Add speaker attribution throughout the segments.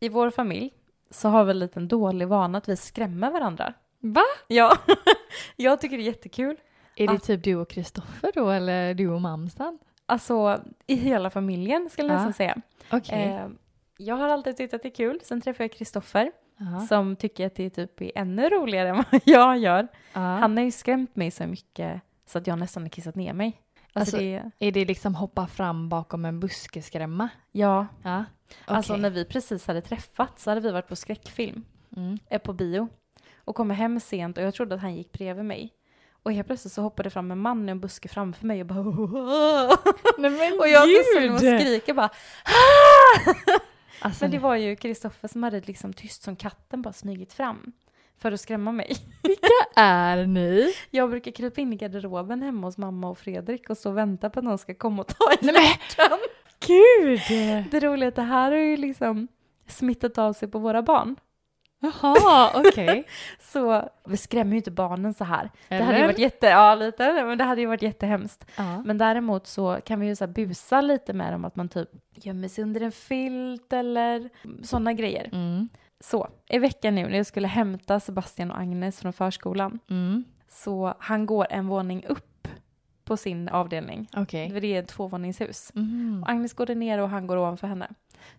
Speaker 1: I vår familj så har vi en liten dålig vana att vi skrämmer varandra.
Speaker 2: Va?
Speaker 1: Ja, jag tycker det är jättekul.
Speaker 2: Är
Speaker 1: Ja.
Speaker 2: det typ du och Kristoffer då eller du och mamsan?
Speaker 1: Alltså i hela familjen skulle jag
Speaker 2: Ja.
Speaker 1: nästan säga.
Speaker 2: Okej.
Speaker 1: Eh, jag har alltid tyckt att det är kul. Sen träffade jag Kristoffer
Speaker 2: ja.
Speaker 1: som tycker att det typ är ännu roligare än vad jag gör.
Speaker 2: Ja.
Speaker 1: Han har ju skrämt mig så mycket så att jag nästan har kissat ner mig. Alltså,
Speaker 2: Alltså-
Speaker 1: det,
Speaker 2: Är det liksom hoppa fram bakom en buske skrämma?
Speaker 1: ja.
Speaker 2: Ja.
Speaker 1: Alltså
Speaker 2: Okej.
Speaker 1: när vi precis hade träffats så hade vi varit på skräckfilm,
Speaker 2: Mm.
Speaker 1: eh, på bio och kom hem sent och jag trodde att han gick bredvid mig. Och helt plötsligt så hoppade fram en man i en buske framför mig och bara
Speaker 2: Nej, men
Speaker 1: Och jag höll på att skrika bara
Speaker 2: Alltså,
Speaker 1: Men det var ju Kristoffer som hade liksom tyst som katten bara smugit fram för att skrämma mig.
Speaker 2: är ni?
Speaker 1: Jag brukar krypa in i garderoben hemma hos mamma och Fredrik och så vänta på att någon ska komma och ta i
Speaker 2: Nej men
Speaker 1: luckan.
Speaker 2: gud!
Speaker 1: Det roliga är att det här har ju liksom smittat av sig på våra barn.
Speaker 2: Jaha, okej.
Speaker 1: Så vi skrämmer ju inte barnen så här. Det hade ju
Speaker 2: Eller?
Speaker 1: varit jätte, ja lite, men det hade ju varit jättehemskt.
Speaker 2: Ja.
Speaker 1: Men däremot så kan vi ju så här busa lite med dem att man typ gömmer sig under en filt eller sådana grejer.
Speaker 2: Mm.
Speaker 1: Så, i veckan nu när jag skulle hämta Sebastian och Agnes från förskolan
Speaker 2: Mm.
Speaker 1: så han går en våning upp på sin avdelning.
Speaker 2: Okej.
Speaker 1: Det är ett tvåvåningshus.
Speaker 2: Mm.
Speaker 1: Och Agnes går där nere och han går ovanför henne.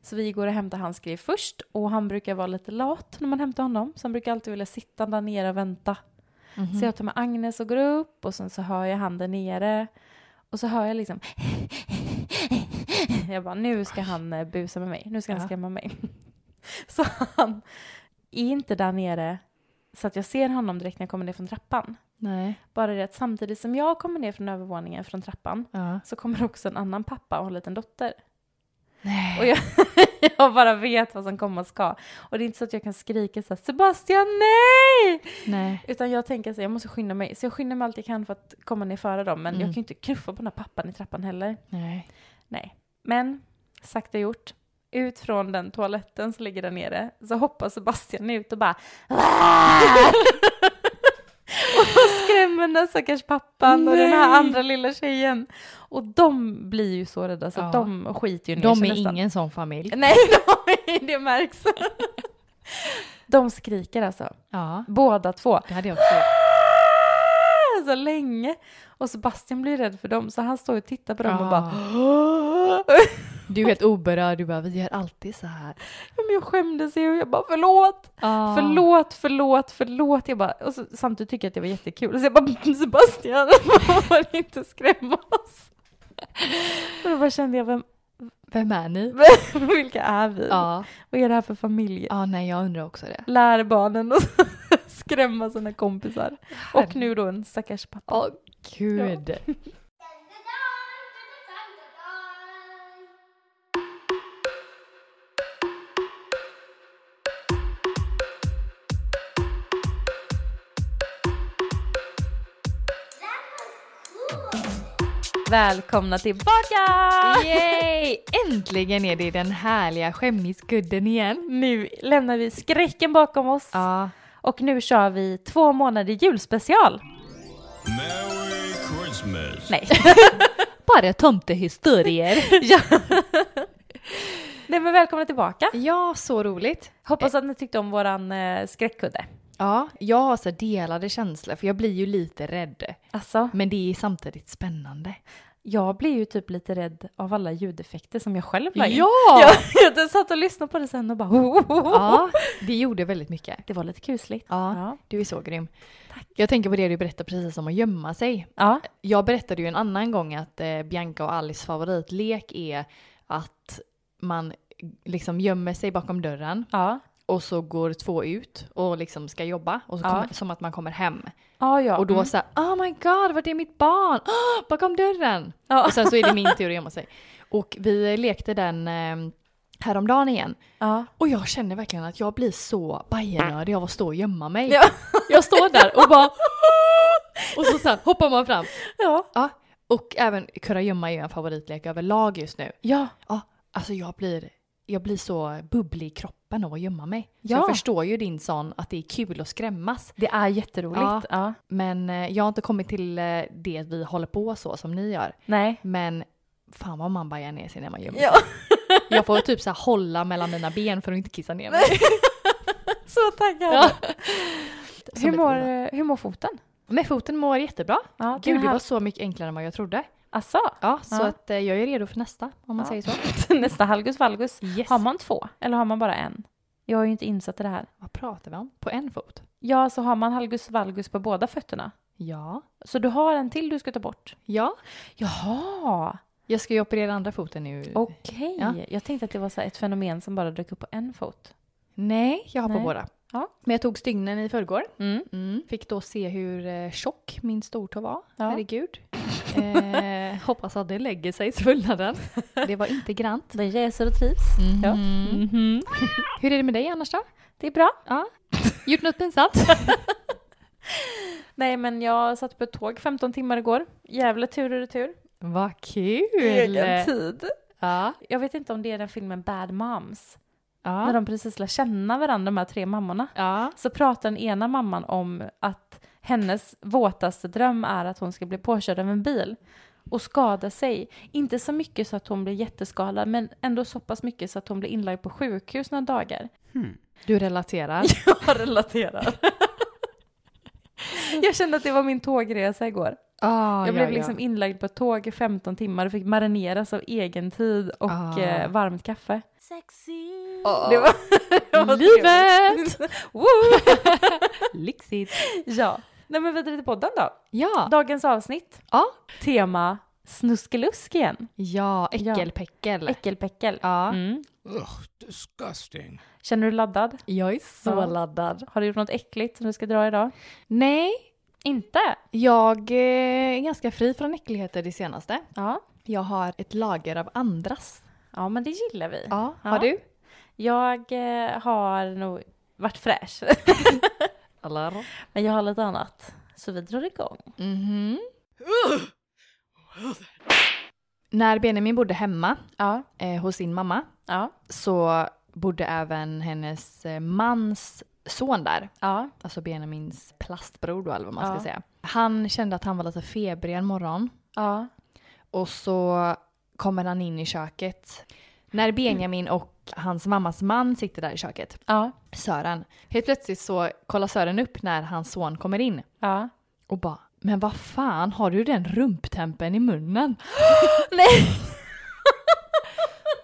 Speaker 1: Så vi går och hämtar hans grej först och han brukar vara lite lat när man hämtar honom. Så han brukar alltid vilja sitta där nere och vänta.
Speaker 2: Mhm.
Speaker 1: Så jag tar med Agnes och går upp och sen så hör jag han där nere. Och så hör jag liksom Jag bara, nu ska han eh, busa med mig. Nu ska han
Speaker 2: Ja.
Speaker 1: skrämma mig. Så han är inte där nere så att jag ser honom direkt när jag kommer ner från trappan.
Speaker 2: Nej.
Speaker 1: Bara det att samtidigt som jag kommer ner från övervåningen från trappan
Speaker 2: Ja.
Speaker 1: så kommer också en annan pappa och har en liten dotter.
Speaker 2: Nej.
Speaker 1: Och jag, jag bara vet vad som komma ska. Och det är inte så att jag kan skrika så här, Sebastian nej!
Speaker 2: Nej.
Speaker 1: Utan jag tänker så här, jag måste skynda mig. Så jag skyndar mig allt jag kan för att komma ner före dem. Men jag
Speaker 2: Mm.
Speaker 1: kan ju inte knuffa på den här pappan i trappan heller.
Speaker 2: Nej.
Speaker 1: Nej. Men, sagt och gjort. Ut från den toaletten som ligger där nere så hoppar Sebastian ut och bara "Ah!" Och skrämmer den här stackars pappan och den här
Speaker 2: Nej.
Speaker 1: andra lilla tjejen. Och de blir ju så rädda så
Speaker 2: Ja.
Speaker 1: de skiter ju ner
Speaker 2: De
Speaker 1: sig
Speaker 2: är
Speaker 1: nästan.
Speaker 2: ingen sån familj.
Speaker 1: Nej, de, det märks. De skriker alltså,
Speaker 2: Ja.
Speaker 1: båda två.
Speaker 2: Det hade jag också gjort.
Speaker 1: Så länge. Och Sebastian blir rädd för dem, så han står och tittar på dem och
Speaker 2: Ja.
Speaker 1: bara...
Speaker 2: Du är helt oberörd. Du bara, vi gör alltid så här.
Speaker 1: Ja, men jag skämdes ju och jag bara förlåt,
Speaker 2: Ah.
Speaker 1: förlåt, förlåt, förlåt. Jag bara, och så, samtidigt tycker jag att det var jättekul. Så jag bara, Sebastian, varför inte skrämma oss? Och då bara kände jag, vem,
Speaker 2: Vem är ni?
Speaker 1: vilka är vi?
Speaker 2: Ja.
Speaker 1: Vad är det här för familj?
Speaker 2: Ja, nej, jag undrar också det.
Speaker 1: Lär barnen att skrämma sina kompisar. Och nu då en stackars pappa.
Speaker 2: Åh, gud.
Speaker 1: Välkomna tillbaka!
Speaker 2: Yay! Äntligen är det den härliga skämmiskudden igen.
Speaker 1: Nu lämnar vi skräcken bakom oss
Speaker 2: Ja.
Speaker 1: och nu kör vi två månader julspecial.
Speaker 3: Merry Christmas.
Speaker 1: Nej.
Speaker 2: Bara tomtehistorier.
Speaker 1: ja. Nej men välkomna tillbaka.
Speaker 2: ja, så roligt.
Speaker 1: Hoppas att ni tyckte om våran eh, skräckkudde.
Speaker 2: Ja, jag har så delade känslor för jag blir ju lite rädd.
Speaker 1: Alltså,
Speaker 2: Men det är samtidigt spännande.
Speaker 1: jag blir ju typ lite rädd av alla ljudeffekter som jag själv la in.
Speaker 2: Ja!
Speaker 1: Jag, jag satt och lyssnade på det sen och bara...
Speaker 2: Ja, det gjorde väldigt mycket.
Speaker 1: Det var lite kusligt.
Speaker 2: Ja,
Speaker 1: Ja.
Speaker 2: du är så grym. Jag tänker på det du berättade precis om att gömma sig.
Speaker 1: Ja.
Speaker 2: Jag berättade ju en annan gång att eh, Bianca och Alice favoritlek är att man liksom gömmer sig bakom dörren
Speaker 1: Ja.
Speaker 2: och så går två ut och liksom ska jobba och så
Speaker 1: Ja.
Speaker 2: kommer, som att man kommer hem.
Speaker 1: Ja, ja.
Speaker 2: Och då
Speaker 1: Mm.
Speaker 2: så här, oh my god, vart är mitt barn? Ah, bakom dörren!
Speaker 1: Ja.
Speaker 2: Och sen så är det min tur att gömma sig. Och vi lekte den eh, häromdagen igen.
Speaker 1: Ja.
Speaker 2: Och jag känner verkligen att jag blir så bajenördig av att stå och gömma mig.
Speaker 1: Ja.
Speaker 2: Jag står där och bara Och så, så här, hoppar man fram.
Speaker 1: Ja.
Speaker 2: Ja. Och även kurragömma är ju en favoritlek överlag just nu.
Speaker 1: Ja.
Speaker 2: Ja, alltså jag blir, jag blir så bubblig i kroppen av att gömma mig. Så
Speaker 1: Ja.
Speaker 2: jag förstår ju din sån att det är kul att skrämmas.
Speaker 1: Det är jätteroligt.
Speaker 2: Ja.
Speaker 1: Ja.
Speaker 2: Men eh, jag har inte kommit till eh, det vi håller på så som ni gör.
Speaker 1: Nej.
Speaker 2: Men fan vad man bajar ner sig när man gömmer sig.
Speaker 1: Ja.
Speaker 2: Jag får typ så här hålla mellan mina ben för att inte kissa ner mig.
Speaker 1: Så taggad.
Speaker 2: Ja. Som
Speaker 1: Hur,
Speaker 2: ett
Speaker 1: mår,
Speaker 2: onda.
Speaker 1: eh, hur mår foten?
Speaker 2: Men foten mår jättebra.
Speaker 1: Ja,
Speaker 2: Gud, det
Speaker 1: här-
Speaker 2: var så mycket enklare än vad jag trodde.
Speaker 1: Asså?
Speaker 2: Ja, så
Speaker 1: Ja.
Speaker 2: att eh, jag är redo för nästa, om man
Speaker 1: Ja.
Speaker 2: säger så.
Speaker 1: Nästa halgus valgus.
Speaker 2: Yes.
Speaker 1: Har man två eller har man bara en? Jag är ju inte insatt i det här.
Speaker 2: Vad pratar vi om? På en fot?
Speaker 1: Ja, så har man halgus valgus på båda fötterna.
Speaker 2: Ja.
Speaker 1: Så du har en till du ska ta bort?
Speaker 2: Ja.
Speaker 1: Jaha,
Speaker 2: Jag ska ju operera andra foten nu.
Speaker 1: okej.
Speaker 2: Ja.
Speaker 1: Jag tänkte att det var så här ett fenomen som bara dök upp på en fot.
Speaker 2: Nej, jag har
Speaker 1: Nej.
Speaker 2: på båda.
Speaker 1: Ja.
Speaker 2: Men jag tog stygnen i förrgår.
Speaker 1: Mm.
Speaker 2: Fick då se hur eh, tjock min stortå var.
Speaker 1: Ja.
Speaker 2: Herregud. Eh, hoppas att det lägger sig svullnaden. Det var inte grant.
Speaker 1: Den jäser och trivs.
Speaker 2: Mhm.
Speaker 1: Ja.
Speaker 2: Mm. Hur är det med dig annars då?
Speaker 1: Mm-hmm. Det är bra.
Speaker 2: Ja. Gjort något pinsamt?
Speaker 1: Nej, men jag satt på ett tåg 15 timmar igår. Gävle tur och retur.
Speaker 2: Vad kul!
Speaker 1: tid.
Speaker 2: Ja.
Speaker 1: Jag vet inte om det är den filmen Bad Moms. När
Speaker 2: Ja.
Speaker 1: de precis lär känna varandra, de här tre mammorna.
Speaker 2: ja.
Speaker 1: Så pratar den ena mamman om att hennes våtaste dröm är att hon ska bli påkörd av en bil och skada sig. Inte så mycket så att hon blir jätteskadad, men ändå så pass mycket så att hon blir inlagd på sjukhus några dagar.
Speaker 2: Du relaterar?
Speaker 1: Jag relaterar. Jag kände att det var min tågresa igår.
Speaker 2: Ah,
Speaker 1: Jag
Speaker 2: ja,
Speaker 1: blev
Speaker 2: ja.
Speaker 1: liksom inlagd på ett tåg i 15 timmar och fick marineras av egen tid och
Speaker 2: Ah.
Speaker 1: eh, varmt kaffe.
Speaker 4: Sexy.
Speaker 1: Det var, det var
Speaker 2: Livet!
Speaker 1: trevligt. Woo!
Speaker 2: Lyxigt.
Speaker 1: ja. Nej men vidare till podden då.
Speaker 2: Ja.
Speaker 1: Dagens avsnitt.
Speaker 2: Ja.
Speaker 1: Tema snuskelusk igen.
Speaker 2: Ja, äckelpäckel.
Speaker 1: Äckelpäckel.
Speaker 2: Ja.
Speaker 1: Mm.
Speaker 3: Ugh, disgusting.
Speaker 1: Känner du dig laddad?
Speaker 2: Jag är så
Speaker 1: Ja.
Speaker 2: laddad.
Speaker 1: Har du gjort något äckligt som du ska dra idag?
Speaker 2: Nej,
Speaker 1: Inte?
Speaker 2: jag eh, är ganska fri från äckligheter det senaste.
Speaker 1: Ja.
Speaker 2: Jag har ett lager av andras.
Speaker 1: Ja men det gillar vi.
Speaker 2: Ja,
Speaker 1: Ja.
Speaker 2: har du?
Speaker 1: Jag eh, har nog varit fräsch.
Speaker 2: Eller?
Speaker 1: men jag har lite annat. Så vi drar igång.
Speaker 2: Mhm. När Benjamin bodde hemma
Speaker 1: Ja.
Speaker 2: eh, hos sin mamma
Speaker 1: Ja.
Speaker 2: så bodde även hennes eh, mans son där.
Speaker 1: Ja.
Speaker 2: Alltså Benjamins plastbror då, eller vad man
Speaker 1: Ja.
Speaker 2: ska säga. Han kände att han var lite febrig en morgon
Speaker 1: Ja.
Speaker 2: och så kommer han in i köket. När Benjamin och hans mammas man sitter där i köket,
Speaker 1: Ja.
Speaker 2: Sören, helt plötsligt så kollar Sören upp när hans son kommer in
Speaker 1: Ja.
Speaker 2: och bara “Men vad fan, har du den rumptempen i munnen?”
Speaker 1: Nej!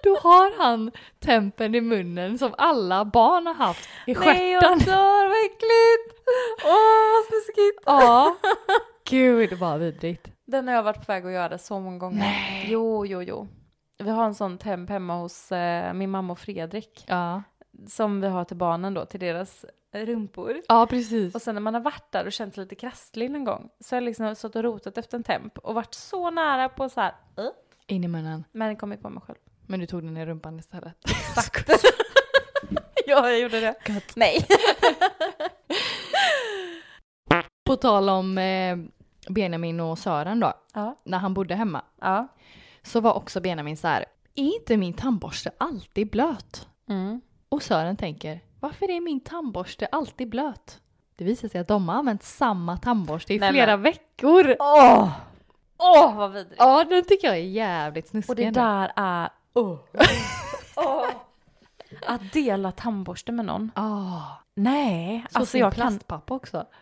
Speaker 2: Då har han tempen i munnen som alla barn har haft i
Speaker 1: Nej jag
Speaker 2: stjärten.
Speaker 1: dör, vad äckligt! Åh vad snuskigt!
Speaker 2: Ja. Gud vad vidrigt.
Speaker 1: Den har jag varit på väg att göra så många gånger.
Speaker 2: Nej.
Speaker 1: Jo, jo, jo. Vi har en sån temp hemma hos eh, min mamma och Fredrik
Speaker 2: Ja,
Speaker 1: som vi har till barnen då, till deras rumpor.
Speaker 2: ja precis.
Speaker 1: Och sen när man har varit där och känt sig lite krasslig någon gång så har jag liksom suttit och rotat efter en temp och varit så nära på så här, "Eh",
Speaker 2: In i munnen.
Speaker 1: men kom ju på mig själv.
Speaker 2: Men du tog den i rumpan istället.
Speaker 1: Exakt. ja, jag gjorde det.
Speaker 2: Gott.
Speaker 1: Nej.
Speaker 2: På tal om eh, Benjamin och Sören då,
Speaker 1: Ja,
Speaker 2: när han bodde hemma,
Speaker 1: ja.
Speaker 2: så var också Benjamin så här, är inte min tandborste alltid blöt?
Speaker 1: Mm.
Speaker 2: Och Sören tänker, varför är min tandborste alltid blöt? Det visar sig att de har använt samma tandborste i
Speaker 1: Nej,
Speaker 2: flera
Speaker 1: men-
Speaker 2: veckor.
Speaker 1: Åh! Åh, vad vidrigt.
Speaker 2: Ja, den tycker jag är jävligt snuskig.
Speaker 1: Och det
Speaker 2: ändå.
Speaker 1: där Alltså, är... Att dela tandborste med någon?
Speaker 2: Ah,
Speaker 1: Nej,
Speaker 2: så
Speaker 1: alltså
Speaker 2: alltså
Speaker 1: jag kan...
Speaker 2: plastpappa också.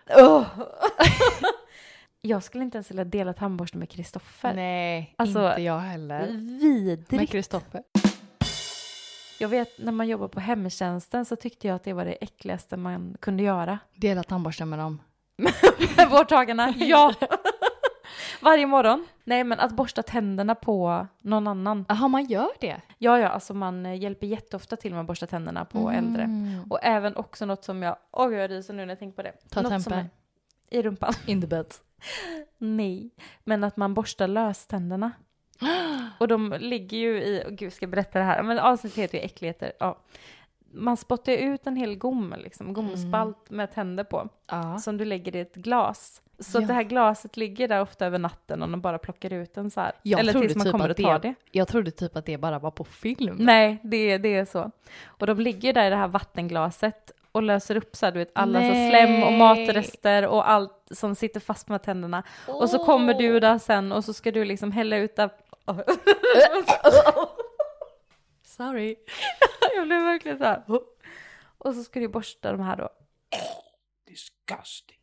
Speaker 1: Jag skulle inte ens vilja dela tandborste med Kristoffer.
Speaker 2: Nej,
Speaker 1: Alltså,
Speaker 2: inte jag heller. Men
Speaker 1: Vidrigt.
Speaker 2: Kristoffer.
Speaker 1: Jag vet när man jobbar på hemtjänsten så tyckte jag att det var det äckligaste man kunde göra.
Speaker 2: Dela tandborsten med dem.
Speaker 1: Vårdtagarna, ja! Varje morgon. Nej men att borsta tänderna på någon annan.
Speaker 2: Jaha, man gör det?
Speaker 1: Ja ja, alltså man eh, hjälper jätteofta till med att borsta tänderna på
Speaker 2: Mm.
Speaker 1: äldre. Och även också något som jag, åh gud jag ryser nu när jag tänker på det.
Speaker 2: Ta
Speaker 1: något som
Speaker 2: tempen.
Speaker 1: är- I rumpan.
Speaker 2: In the bed.
Speaker 1: Nej, men att man borstar löständerna. Och de ligger ju i, oh, gud ska jag berätta det här, men avsnittet heter ju äckligheter. Ja. Man spottar ju ut en hel gom, liksom, gomspalt med tänder på,
Speaker 2: Mm. Ja.
Speaker 1: som du lägger i ett glas. Så att
Speaker 2: Ja.
Speaker 1: det här glaset ligger där ofta över natten och de bara plockar ut den så här.
Speaker 2: Jag
Speaker 1: Eller
Speaker 2: trodde
Speaker 1: tills man
Speaker 2: typ
Speaker 1: kommer
Speaker 2: att
Speaker 1: och tar det. Mm.
Speaker 2: Jag trodde typ att det bara var på film.
Speaker 1: Nej, det, det är så. Och de ligger där i det här vattenglaset och löser upp så här, du vet, alla så
Speaker 2: Nej.
Speaker 1: slem och matrester och allt som sitter fast med tänderna. Och så kommer du där sen och så ska du liksom hälla ut där.
Speaker 2: sorry.
Speaker 1: jag blev verkligen så här. "Åh." Och så ska du borsta de här då.
Speaker 3: Disgusting.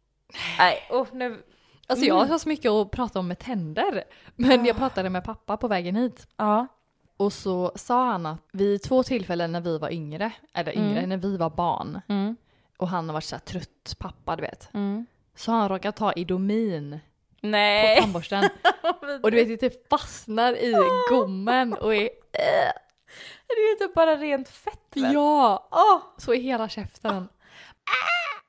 Speaker 1: Nej, oh, nu.
Speaker 2: Alltså jag
Speaker 1: Mm.
Speaker 2: har så mycket att prata om med tänder. Men jag pratade med pappa på vägen hit.
Speaker 1: Ja.
Speaker 2: Och så sa han att vid två tillfällen när vi var yngre, eller yngre,
Speaker 1: Mm.
Speaker 2: när vi var barn
Speaker 1: Mm,
Speaker 2: och han har varit så här trött pappa du vet.
Speaker 1: mm.
Speaker 2: Så har han råkat ta Idomin på
Speaker 1: Nej.
Speaker 2: tandborsten. och du vet det typ fastnar i
Speaker 1: Ah.
Speaker 2: gommen och är
Speaker 1: Det är ju typ bara rent fett väl?
Speaker 2: ja, Ah!
Speaker 1: Åh!
Speaker 2: så i hela käften.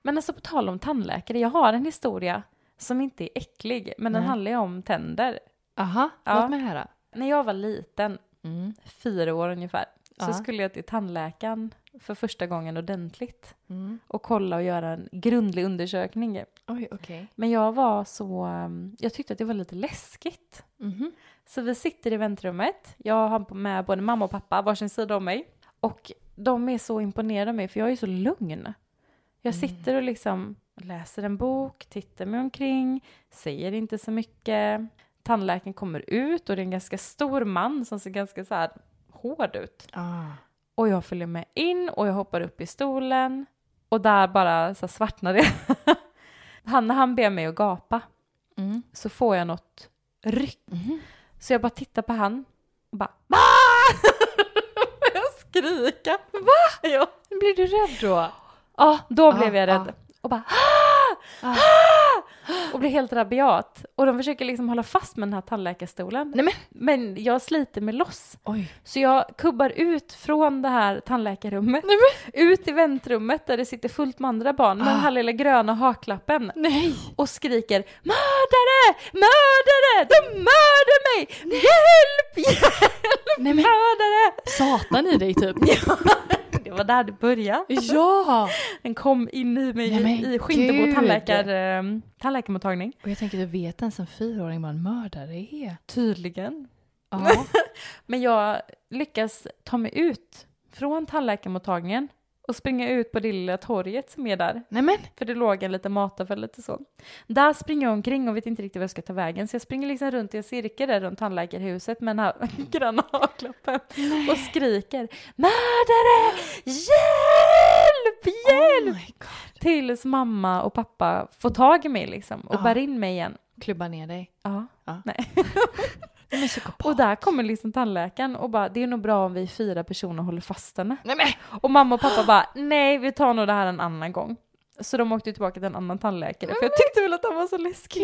Speaker 1: Men alltså på tal om tandläkare, jag har en historia som inte är äcklig, men den
Speaker 2: Nej.
Speaker 1: handlar ju om tänder.
Speaker 2: Aha,
Speaker 1: Ja.
Speaker 2: låt mig höra.
Speaker 1: När jag var liten,
Speaker 2: Mm.
Speaker 1: fyra år ungefär, så
Speaker 2: Ja.
Speaker 1: skulle jag till tandläkaren för första gången ordentligt
Speaker 2: Mm.
Speaker 1: och kolla och göra en grundlig undersökning.
Speaker 2: Oj, okej.
Speaker 1: Men jag var så, um, jag tyckte att det var lite läskigt.
Speaker 2: Mhm.
Speaker 1: Så vi sitter i väntrummet, jag har med både mamma och pappa, varsin sida om mig. Och de är så imponerade av mig för jag är så lugn. Jag
Speaker 2: Mm.
Speaker 1: sitter och liksom läser en bok, tittar mig omkring, säger inte så mycket. Tandläkaren kommer ut och det är en ganska stor man som ser ganska så här hård ut.
Speaker 2: Ah.
Speaker 1: Och jag följer med in och jag hoppar upp i stolen och där bara så här svartnar det. han, när han ber mig att gapa
Speaker 2: Mm.
Speaker 1: så får jag något ryck.
Speaker 2: Mhm.
Speaker 1: Så jag bara tittar på han och bara ah! Jag skrika. Va? Ja,
Speaker 2: Blir du rädd då?
Speaker 1: Ja, då
Speaker 2: Ah,
Speaker 1: blev jag rädd.
Speaker 2: ah.
Speaker 1: Och bara ah!
Speaker 2: Ah.
Speaker 1: Och blev helt rabiat. Och de försöker liksom hålla fast med den här tandläkarstolen.
Speaker 2: Nej, men-
Speaker 1: men jag sliter mig loss.
Speaker 2: Oj.
Speaker 1: Så jag kubbar ut från det här tandläkarrummet.
Speaker 2: Nej,
Speaker 1: Ut i väntrummet där det sitter fullt med andra barn med
Speaker 2: Ah.
Speaker 1: den här lilla gröna haklappen
Speaker 2: Nej.
Speaker 1: och skriker mördare, mördare, de mördar mig, hjälp, hjälp,
Speaker 2: Nej, men-
Speaker 1: mördare.
Speaker 2: Satan i dig typ.
Speaker 1: Det var där det började.
Speaker 2: ja!
Speaker 1: Den kom in i mig
Speaker 2: Nej,
Speaker 1: i,
Speaker 2: men
Speaker 1: i Skintebo
Speaker 2: gud.
Speaker 1: tandläkar, eh, tandläkarmottagning.
Speaker 2: Och jag tänker, du vet ens en fyraåring vad en mördare är?
Speaker 1: Tydligen.
Speaker 2: Ja.
Speaker 1: Men jag lyckas ta mig ut från tandläkarmottagningen och springa ut på det lilla torget som är där.
Speaker 2: Nej men.
Speaker 1: För det låg en liten mataffär lite så. Där springer jag omkring och vet inte riktigt vad jag ska ta vägen. Så jag springer liksom runt i en cirkel där runt tandläkarhuset med den här gröna haklappen. Och skriker mördare! Hjälp! Hjälp!
Speaker 2: Oh my god.
Speaker 1: Tills mamma och pappa får tag i mig liksom och
Speaker 2: Ja.
Speaker 1: bär in mig igen.
Speaker 2: Klubba ner dig.
Speaker 1: Ja.
Speaker 2: Ja.
Speaker 1: Nej.
Speaker 2: De är psykopat.
Speaker 1: Och där kommer liksom tandläkaren och bara det är nog bra om vi är fyra personer håller fast henne.
Speaker 2: Nej men.
Speaker 1: Och mamma och pappa bara, nej vi tar nog det här en annan gång. Så de åkte ju tillbaka till en annan tandläkare för jag tyckte väl att han var så läskig.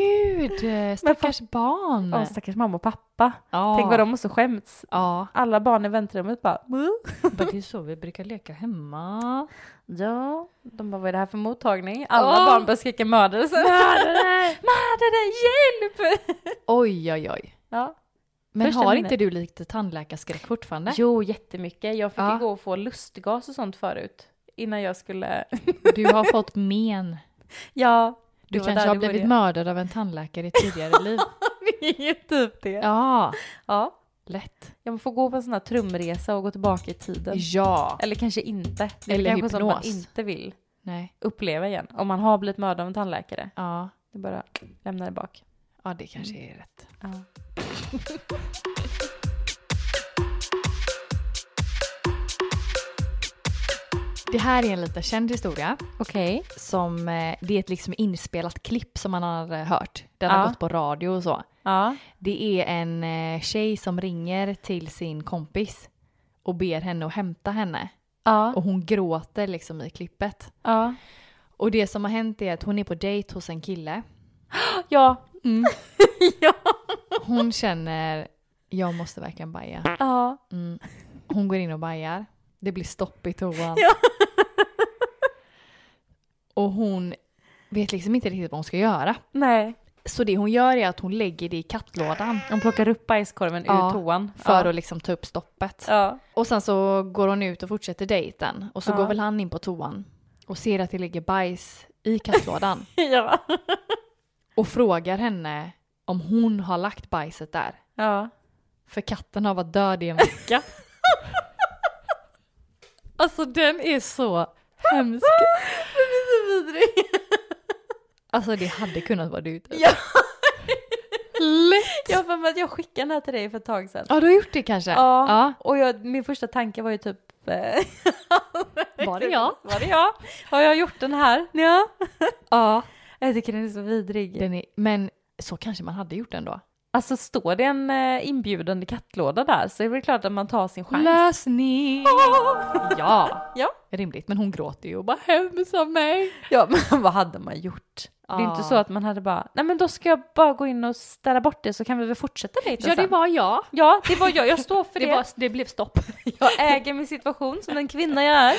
Speaker 2: Gud, eh, stackars barn.
Speaker 1: Ja, stackars mamma och pappa.
Speaker 2: Ja.
Speaker 1: Tänk vad de måste skämts.
Speaker 2: Ja,
Speaker 1: Alla barn i väntrummet bara, "Buh."
Speaker 2: men det är så vi brukar leka hemma.
Speaker 1: ja, de bara vad är det här för mottagning? Alla
Speaker 2: Ja.
Speaker 1: barn börjar skrika mördare. så-
Speaker 2: Mördare!
Speaker 1: Mördare, hjälp!
Speaker 2: Oj, oj, oj.
Speaker 1: Ja.
Speaker 2: Men
Speaker 1: Första
Speaker 2: har
Speaker 1: minnet.
Speaker 2: inte du lite tandläkarskräck fortfarande?
Speaker 1: Jo, jättemycket. Jag fick
Speaker 2: Ja.
Speaker 1: ju gå och få lustgas och sånt förut. Innan jag skulle...
Speaker 2: Du har fått men.
Speaker 1: ja.
Speaker 2: Du kanske har blivit mördad av en tandläkare i ett tidigare liv.
Speaker 1: Det är typ det. Ja.
Speaker 2: Ja,
Speaker 1: ja.
Speaker 2: lätt.
Speaker 1: Jag får gå på en sån här trumresa och gå tillbaka i tiden.
Speaker 2: Ja.
Speaker 1: Eller kanske inte. Det är
Speaker 2: Eller
Speaker 1: kanske sånt man
Speaker 2: hypnos.
Speaker 1: inte vill
Speaker 2: Nej.
Speaker 1: uppleva igen. Om man har blivit mördad av en tandläkare.
Speaker 2: Ja.
Speaker 1: Det är bara att lämna det bak.
Speaker 2: ja, det kanske är rätt.
Speaker 1: Mm. Ja.
Speaker 2: Det här är en lite känd historia.
Speaker 1: Okej.
Speaker 2: Som, eh, det är ett liksom inspelat klipp som man har eh, hört. Den har
Speaker 1: Ja.
Speaker 2: gått på radio och så.
Speaker 1: Ja.
Speaker 2: Det är en eh, tjej som ringer till sin kompis och ber henne att hämta henne.
Speaker 1: Ja.
Speaker 2: Och hon gråter liksom i klippet.
Speaker 1: Ja.
Speaker 2: Och det som har hänt är att hon är på dejt hos en kille.
Speaker 1: Ja. ja.
Speaker 2: Hon känner, jag måste verkligen baja.
Speaker 1: Ja.
Speaker 2: Mm. Hon går in och bajar. Det blir stopp i toan.
Speaker 1: Ja.
Speaker 2: Och hon vet liksom inte riktigt vad hon ska göra.
Speaker 1: Nej.
Speaker 2: Så det hon gör är att hon lägger det i kattlådan
Speaker 1: De plockar upp bajskorven
Speaker 2: Ja,
Speaker 1: ur toan.
Speaker 2: för
Speaker 1: ja.
Speaker 2: att liksom ta upp stoppet.
Speaker 1: Ja.
Speaker 2: Och sen så går hon ut och fortsätter dejten. Och så
Speaker 1: Ja.
Speaker 2: går väl han in på toan och ser att det ligger bajs i kattlådan.
Speaker 1: Ja.
Speaker 2: och frågar henne om hon har lagt bajset där.
Speaker 1: Ja.
Speaker 2: För katten har varit död i en vecka. alltså den är så hemsk.
Speaker 1: Den är så vidrig.
Speaker 2: Alltså det hade kunnat vara du. typ.
Speaker 1: Ja.
Speaker 2: lätt!
Speaker 1: Jag har för mig att jag skickade den här till dig för ett tag sedan.
Speaker 2: Ja, du har gjort det kanske?
Speaker 1: Ja,
Speaker 2: ja.
Speaker 1: och jag, min första tanke var ju typ... eh,
Speaker 2: Var det jag?
Speaker 1: Var det jag? Har jag gjort den här? Ja.
Speaker 2: ja.
Speaker 1: Jag tycker den är så vidrig.
Speaker 2: Den är, men så kanske man hade gjort ändå.
Speaker 1: Alltså står det en eh, inbjudande kattlåda där så är det väl klart att man tar sin chans.
Speaker 2: Lösning! Ja,
Speaker 1: Ja.
Speaker 2: rimligt. Men hon gråter ju och bara “Hämns av mig!”
Speaker 1: Ja, men vad hade man gjort? Det är inte så att man hade bara, nej men då ska jag bara gå in och ställa bort det så kan vi väl fortsätta dejta
Speaker 2: Ja, det
Speaker 1: sen.
Speaker 2: var jag.
Speaker 1: Ja, det var jag, jag står för
Speaker 2: För
Speaker 1: det.
Speaker 2: det, var, det blev stopp.
Speaker 1: Jag äger min situation som den kvinna jag är.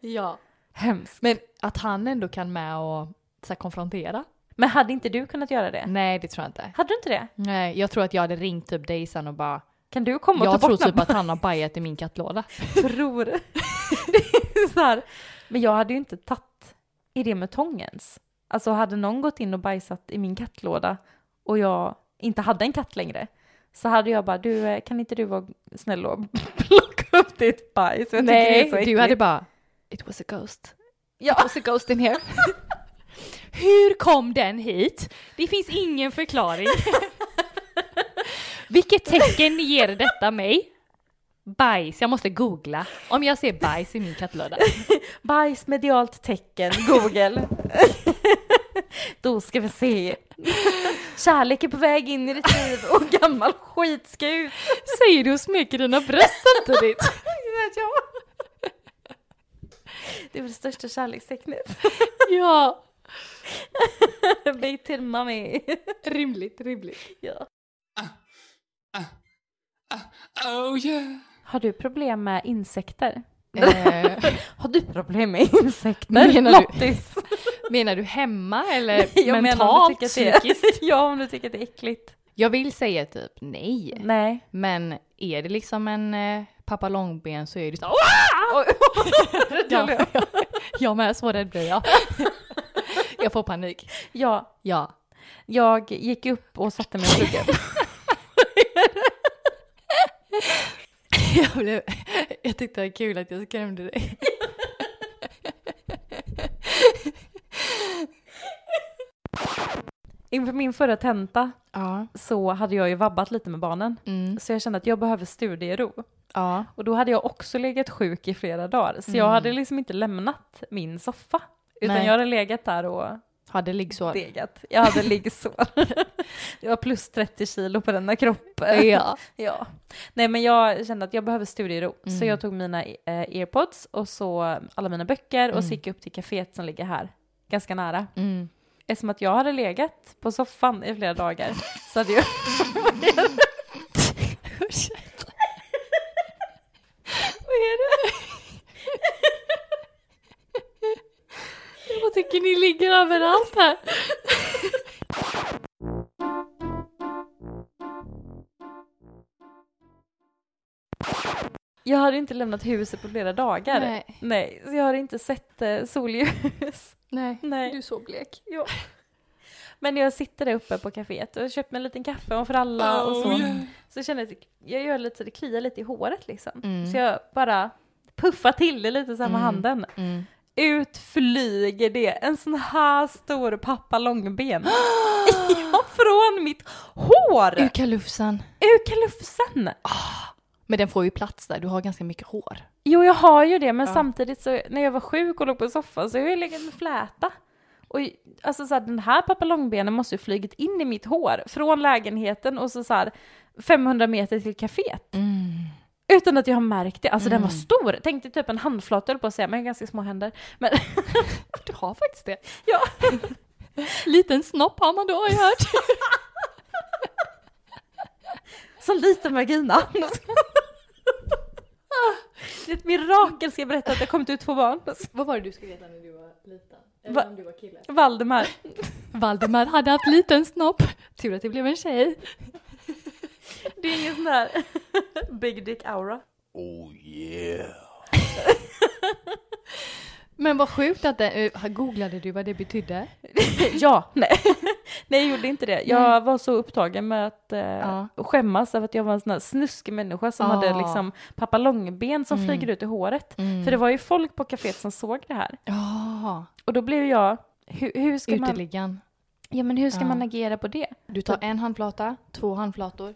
Speaker 2: ja.
Speaker 1: Hemskt.
Speaker 2: Men att han ändå kan med och så här, konfrontera?
Speaker 1: Men hade inte du kunnat göra det?
Speaker 2: Nej, det tror jag inte.
Speaker 1: Hade du inte det?
Speaker 2: Nej, jag tror att jag hade ringt typ dig sen och bara
Speaker 1: Kan du komma och
Speaker 2: “Jag
Speaker 1: ta
Speaker 2: tror
Speaker 1: bort
Speaker 2: typ
Speaker 1: den?
Speaker 2: att han har bajat i min kattlåda”.
Speaker 1: tror. det är så här. Men jag hade ju inte tagit i det med tångens. Alltså hade någon gått in och bajsat i min kattlåda och jag inte hade en katt längre så hade jag bara, du eh, kan inte du vara snäll och plocka upp ditt bajs? Jag tycker det är så
Speaker 2: Nej,
Speaker 1: äckligt."
Speaker 2: du hade bara “It was a ghost”.
Speaker 1: Ja.
Speaker 2: was a ghost in here. Hur kom den hit? Det finns ingen förklaring. Vilket tecken ger detta mig? Bajs, jag måste googla om jag ser bajs i min kattlåda.
Speaker 1: Bajs medialt tecken, Google. Då ska vi se. Kärlek är på väg in i ditt liv och gammal skit ska ut.
Speaker 2: Säger du och smeker dina bröst samtidigt?
Speaker 1: Det är väl det största kärlekstecknet.
Speaker 2: Ja,
Speaker 1: Big till mommy.
Speaker 2: rimligt, rimligt.
Speaker 1: ja.
Speaker 3: Oh yeah.
Speaker 1: Har du problem med insekter?
Speaker 2: Eh,
Speaker 1: Har du problem med insekter?
Speaker 2: Menar du-
Speaker 1: Lottis?
Speaker 2: menar du hemma eller
Speaker 1: Jag menar om du
Speaker 2: mentalt,
Speaker 1: tycker att det är-
Speaker 2: psykiskt?
Speaker 1: Eh, ja, om du tycker att det är äckligt.
Speaker 2: Jag vill säga typ nej,
Speaker 1: Nej.
Speaker 2: men är det liksom en eh, pappa långben så är det så
Speaker 1: Oj.
Speaker 2: Ja, jag, jag med, så rädd blir jag. Jag får panik.
Speaker 1: ja,
Speaker 2: Ja.
Speaker 1: jag gick upp och satte mig i skuggan.
Speaker 2: Jag, blev, jag tyckte det var kul att jag skrämde dig.
Speaker 1: Inför min förra tenta
Speaker 2: Ja.
Speaker 1: så hade jag ju vabbat lite med barnen.
Speaker 2: Mm.
Speaker 1: Så jag kände att jag behöver studiero.
Speaker 2: Ja.
Speaker 1: Och då hade jag också legat sjuk i flera dagar. Så jag hade liksom inte lämnat min soffa. Utan
Speaker 2: Mm. Nej.
Speaker 1: jag hade legat där och
Speaker 2: Hade liggsår.
Speaker 1: degat. Jag hade liggsår. det var plus 30 kilo på denna kropp.
Speaker 2: Ja.
Speaker 1: Ja. Nej men jag kände att jag behöver studiero. Så
Speaker 2: Mm.
Speaker 1: jag tog mina eh, airpods och så alla mina böcker och så gick jag upp till kaféet som ligger här. Ganska nära.
Speaker 2: Mm.
Speaker 1: Eftersom att jag hade legat på soffan i flera dagar så hade jag...
Speaker 2: Ursäkta.
Speaker 1: Vad är det?
Speaker 2: Jag tycker ni ligger överallt här.
Speaker 1: Jag hade inte lämnat huset på flera dagar.
Speaker 2: Nej.
Speaker 1: Nej, så jag har inte sett eh, solljus.
Speaker 2: Nej.
Speaker 1: Nej.
Speaker 2: är så blek.
Speaker 1: Ja. Men jag sitter där uppe på kaféet och jag köper mig en liten kaffe och för alla och så.
Speaker 3: Oh yeah.
Speaker 1: Så känner jag att jag gör lite så det kliar lite i håret liksom.
Speaker 2: Mm.
Speaker 1: Så jag bara puffar till det lite så här med
Speaker 2: Mm.
Speaker 1: handen.
Speaker 2: Mm.
Speaker 1: Ut flyger det en sån här stor pappa långben. ja, från mitt hår!
Speaker 2: Ur kalufsen.
Speaker 1: Ur kalufsen!
Speaker 2: Men den får ju plats där, du har ganska mycket hår.
Speaker 1: Jo, jag har ju det, men samtidigt så när jag var sjuk och låg på soffan så har jag ju legat med fläta. Och ju- alltså så här, den här papillongbenen måste ju flugit in i mitt hår från lägenheten och så, så här 500 meter till kaféet. Utan att jag har märkt det. Alltså den var stor. Tänk dig typ en handflata höll på att säga, men jag har ganska små händer. Men
Speaker 2: Du har faktiskt det.
Speaker 1: ja,
Speaker 2: Liten snopp har man då har jag hört.
Speaker 1: så liten vagina. Det är ett mirakel ska jag berätta att det har kommit ut två barn.
Speaker 2: Vad var det du skulle heta när du var liten? Eller
Speaker 1: Va-
Speaker 2: om du var kille?
Speaker 1: Valdemar.
Speaker 2: Valdemar hade haft liten snopp. Tur att det blev en tjej.
Speaker 1: Det är ingen sån där big dick aura.
Speaker 3: Oh yeah.
Speaker 2: Men vad sjukt att den, eh, googlade du vad det betydde?
Speaker 1: Ja, nej. nej, jag gjorde inte det. Jag var så upptagen med att eh,
Speaker 2: Mm. Ja.
Speaker 1: skämmas över att jag var en sån här snuskig människa som
Speaker 2: Ja. Mm.
Speaker 1: hade liksom pappa långben som flyger ut i håret. För det var ju folk på kaféet som såg det här.
Speaker 2: Ja,
Speaker 1: Och då blev jag, hur, hur ska man...
Speaker 2: uteliggan.
Speaker 1: Ja, men hur ska
Speaker 2: Ja.
Speaker 1: man agera på det?
Speaker 2: Du tar en handflata, två handflator,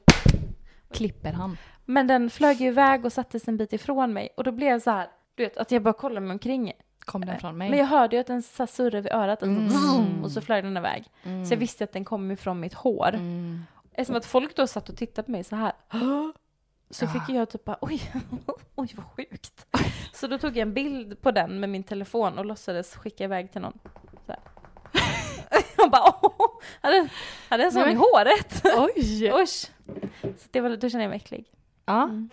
Speaker 2: klipper han.
Speaker 1: Men den flög ju iväg och sattes en bit ifrån mig och då blev jag så här, du vet, att jag bara kollade mig omkring.
Speaker 2: Kom den från mig?
Speaker 1: Men jag hörde ju att den så här surrade vid örat och,
Speaker 2: Mm.
Speaker 1: så vroom, och så flög den iväg. Så jag visste att den kom ifrån mitt hår.
Speaker 2: Mm.
Speaker 1: Eftersom att folk då satt och tittade på mig så här. Så
Speaker 2: Ja.
Speaker 1: fick jag typ bara, oj, oj vad sjukt. Så då tog jag en bild på den med min telefon och låtsades skicka iväg till någon. Så här. Jag bara, åh, hade, hade en sån
Speaker 2: Nej, men-
Speaker 1: i håret.
Speaker 2: Oj!
Speaker 1: Usch. Så det var, då kände jag mig äcklig.
Speaker 2: Ja.
Speaker 1: Mm.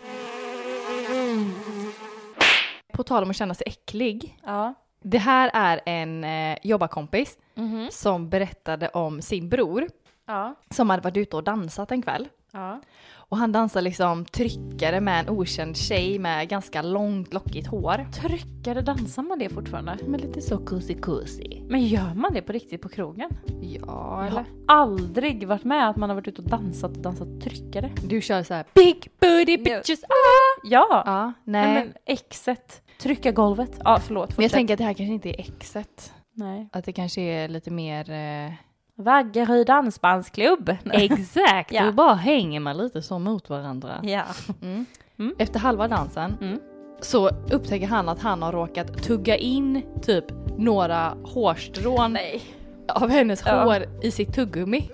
Speaker 2: På tal om att känna sig äcklig.
Speaker 1: Ja.
Speaker 2: Det här är en eh, jobbarkompis
Speaker 1: Mhm.
Speaker 2: som berättade om sin bror
Speaker 1: Ja.
Speaker 2: som hade varit ute och dansat en kväll.
Speaker 1: Ja.
Speaker 2: Och han dansade liksom tryckare med en okänd tjej med ganska långt lockigt hår.
Speaker 1: Tryckare, dansar man det fortfarande?
Speaker 2: Men lite så kusi kusi.
Speaker 1: Men gör man det på riktigt på krogen?
Speaker 2: Ja,
Speaker 1: Jag
Speaker 2: eller?
Speaker 1: har aldrig varit med att man har varit ute och dansat och dansat tryckare.
Speaker 2: Du kör så här big booty bitches. Ah!
Speaker 1: Ja!
Speaker 2: Ja, nej.
Speaker 1: Nej.
Speaker 2: men
Speaker 1: men exet. Trycka golvet. Ja, förlåt.
Speaker 2: jag
Speaker 1: fortsätt.
Speaker 2: tänker att det här kanske inte är exet.
Speaker 1: Nej.
Speaker 2: Att det kanske är lite mer... Eh...
Speaker 1: Vaggeryd dansbandsklubb. Nej.
Speaker 2: Exakt,
Speaker 1: Ja.
Speaker 2: då bara hänger man lite så mot varandra.
Speaker 1: Ja.
Speaker 2: Mm.
Speaker 1: Mm.
Speaker 2: Efter halva dansen
Speaker 1: Mm.
Speaker 2: så upptäcker han att han har råkat tugga in typ några hårstrån
Speaker 1: Nej.
Speaker 2: av hennes
Speaker 1: Ja.
Speaker 2: hår i sitt tuggummi.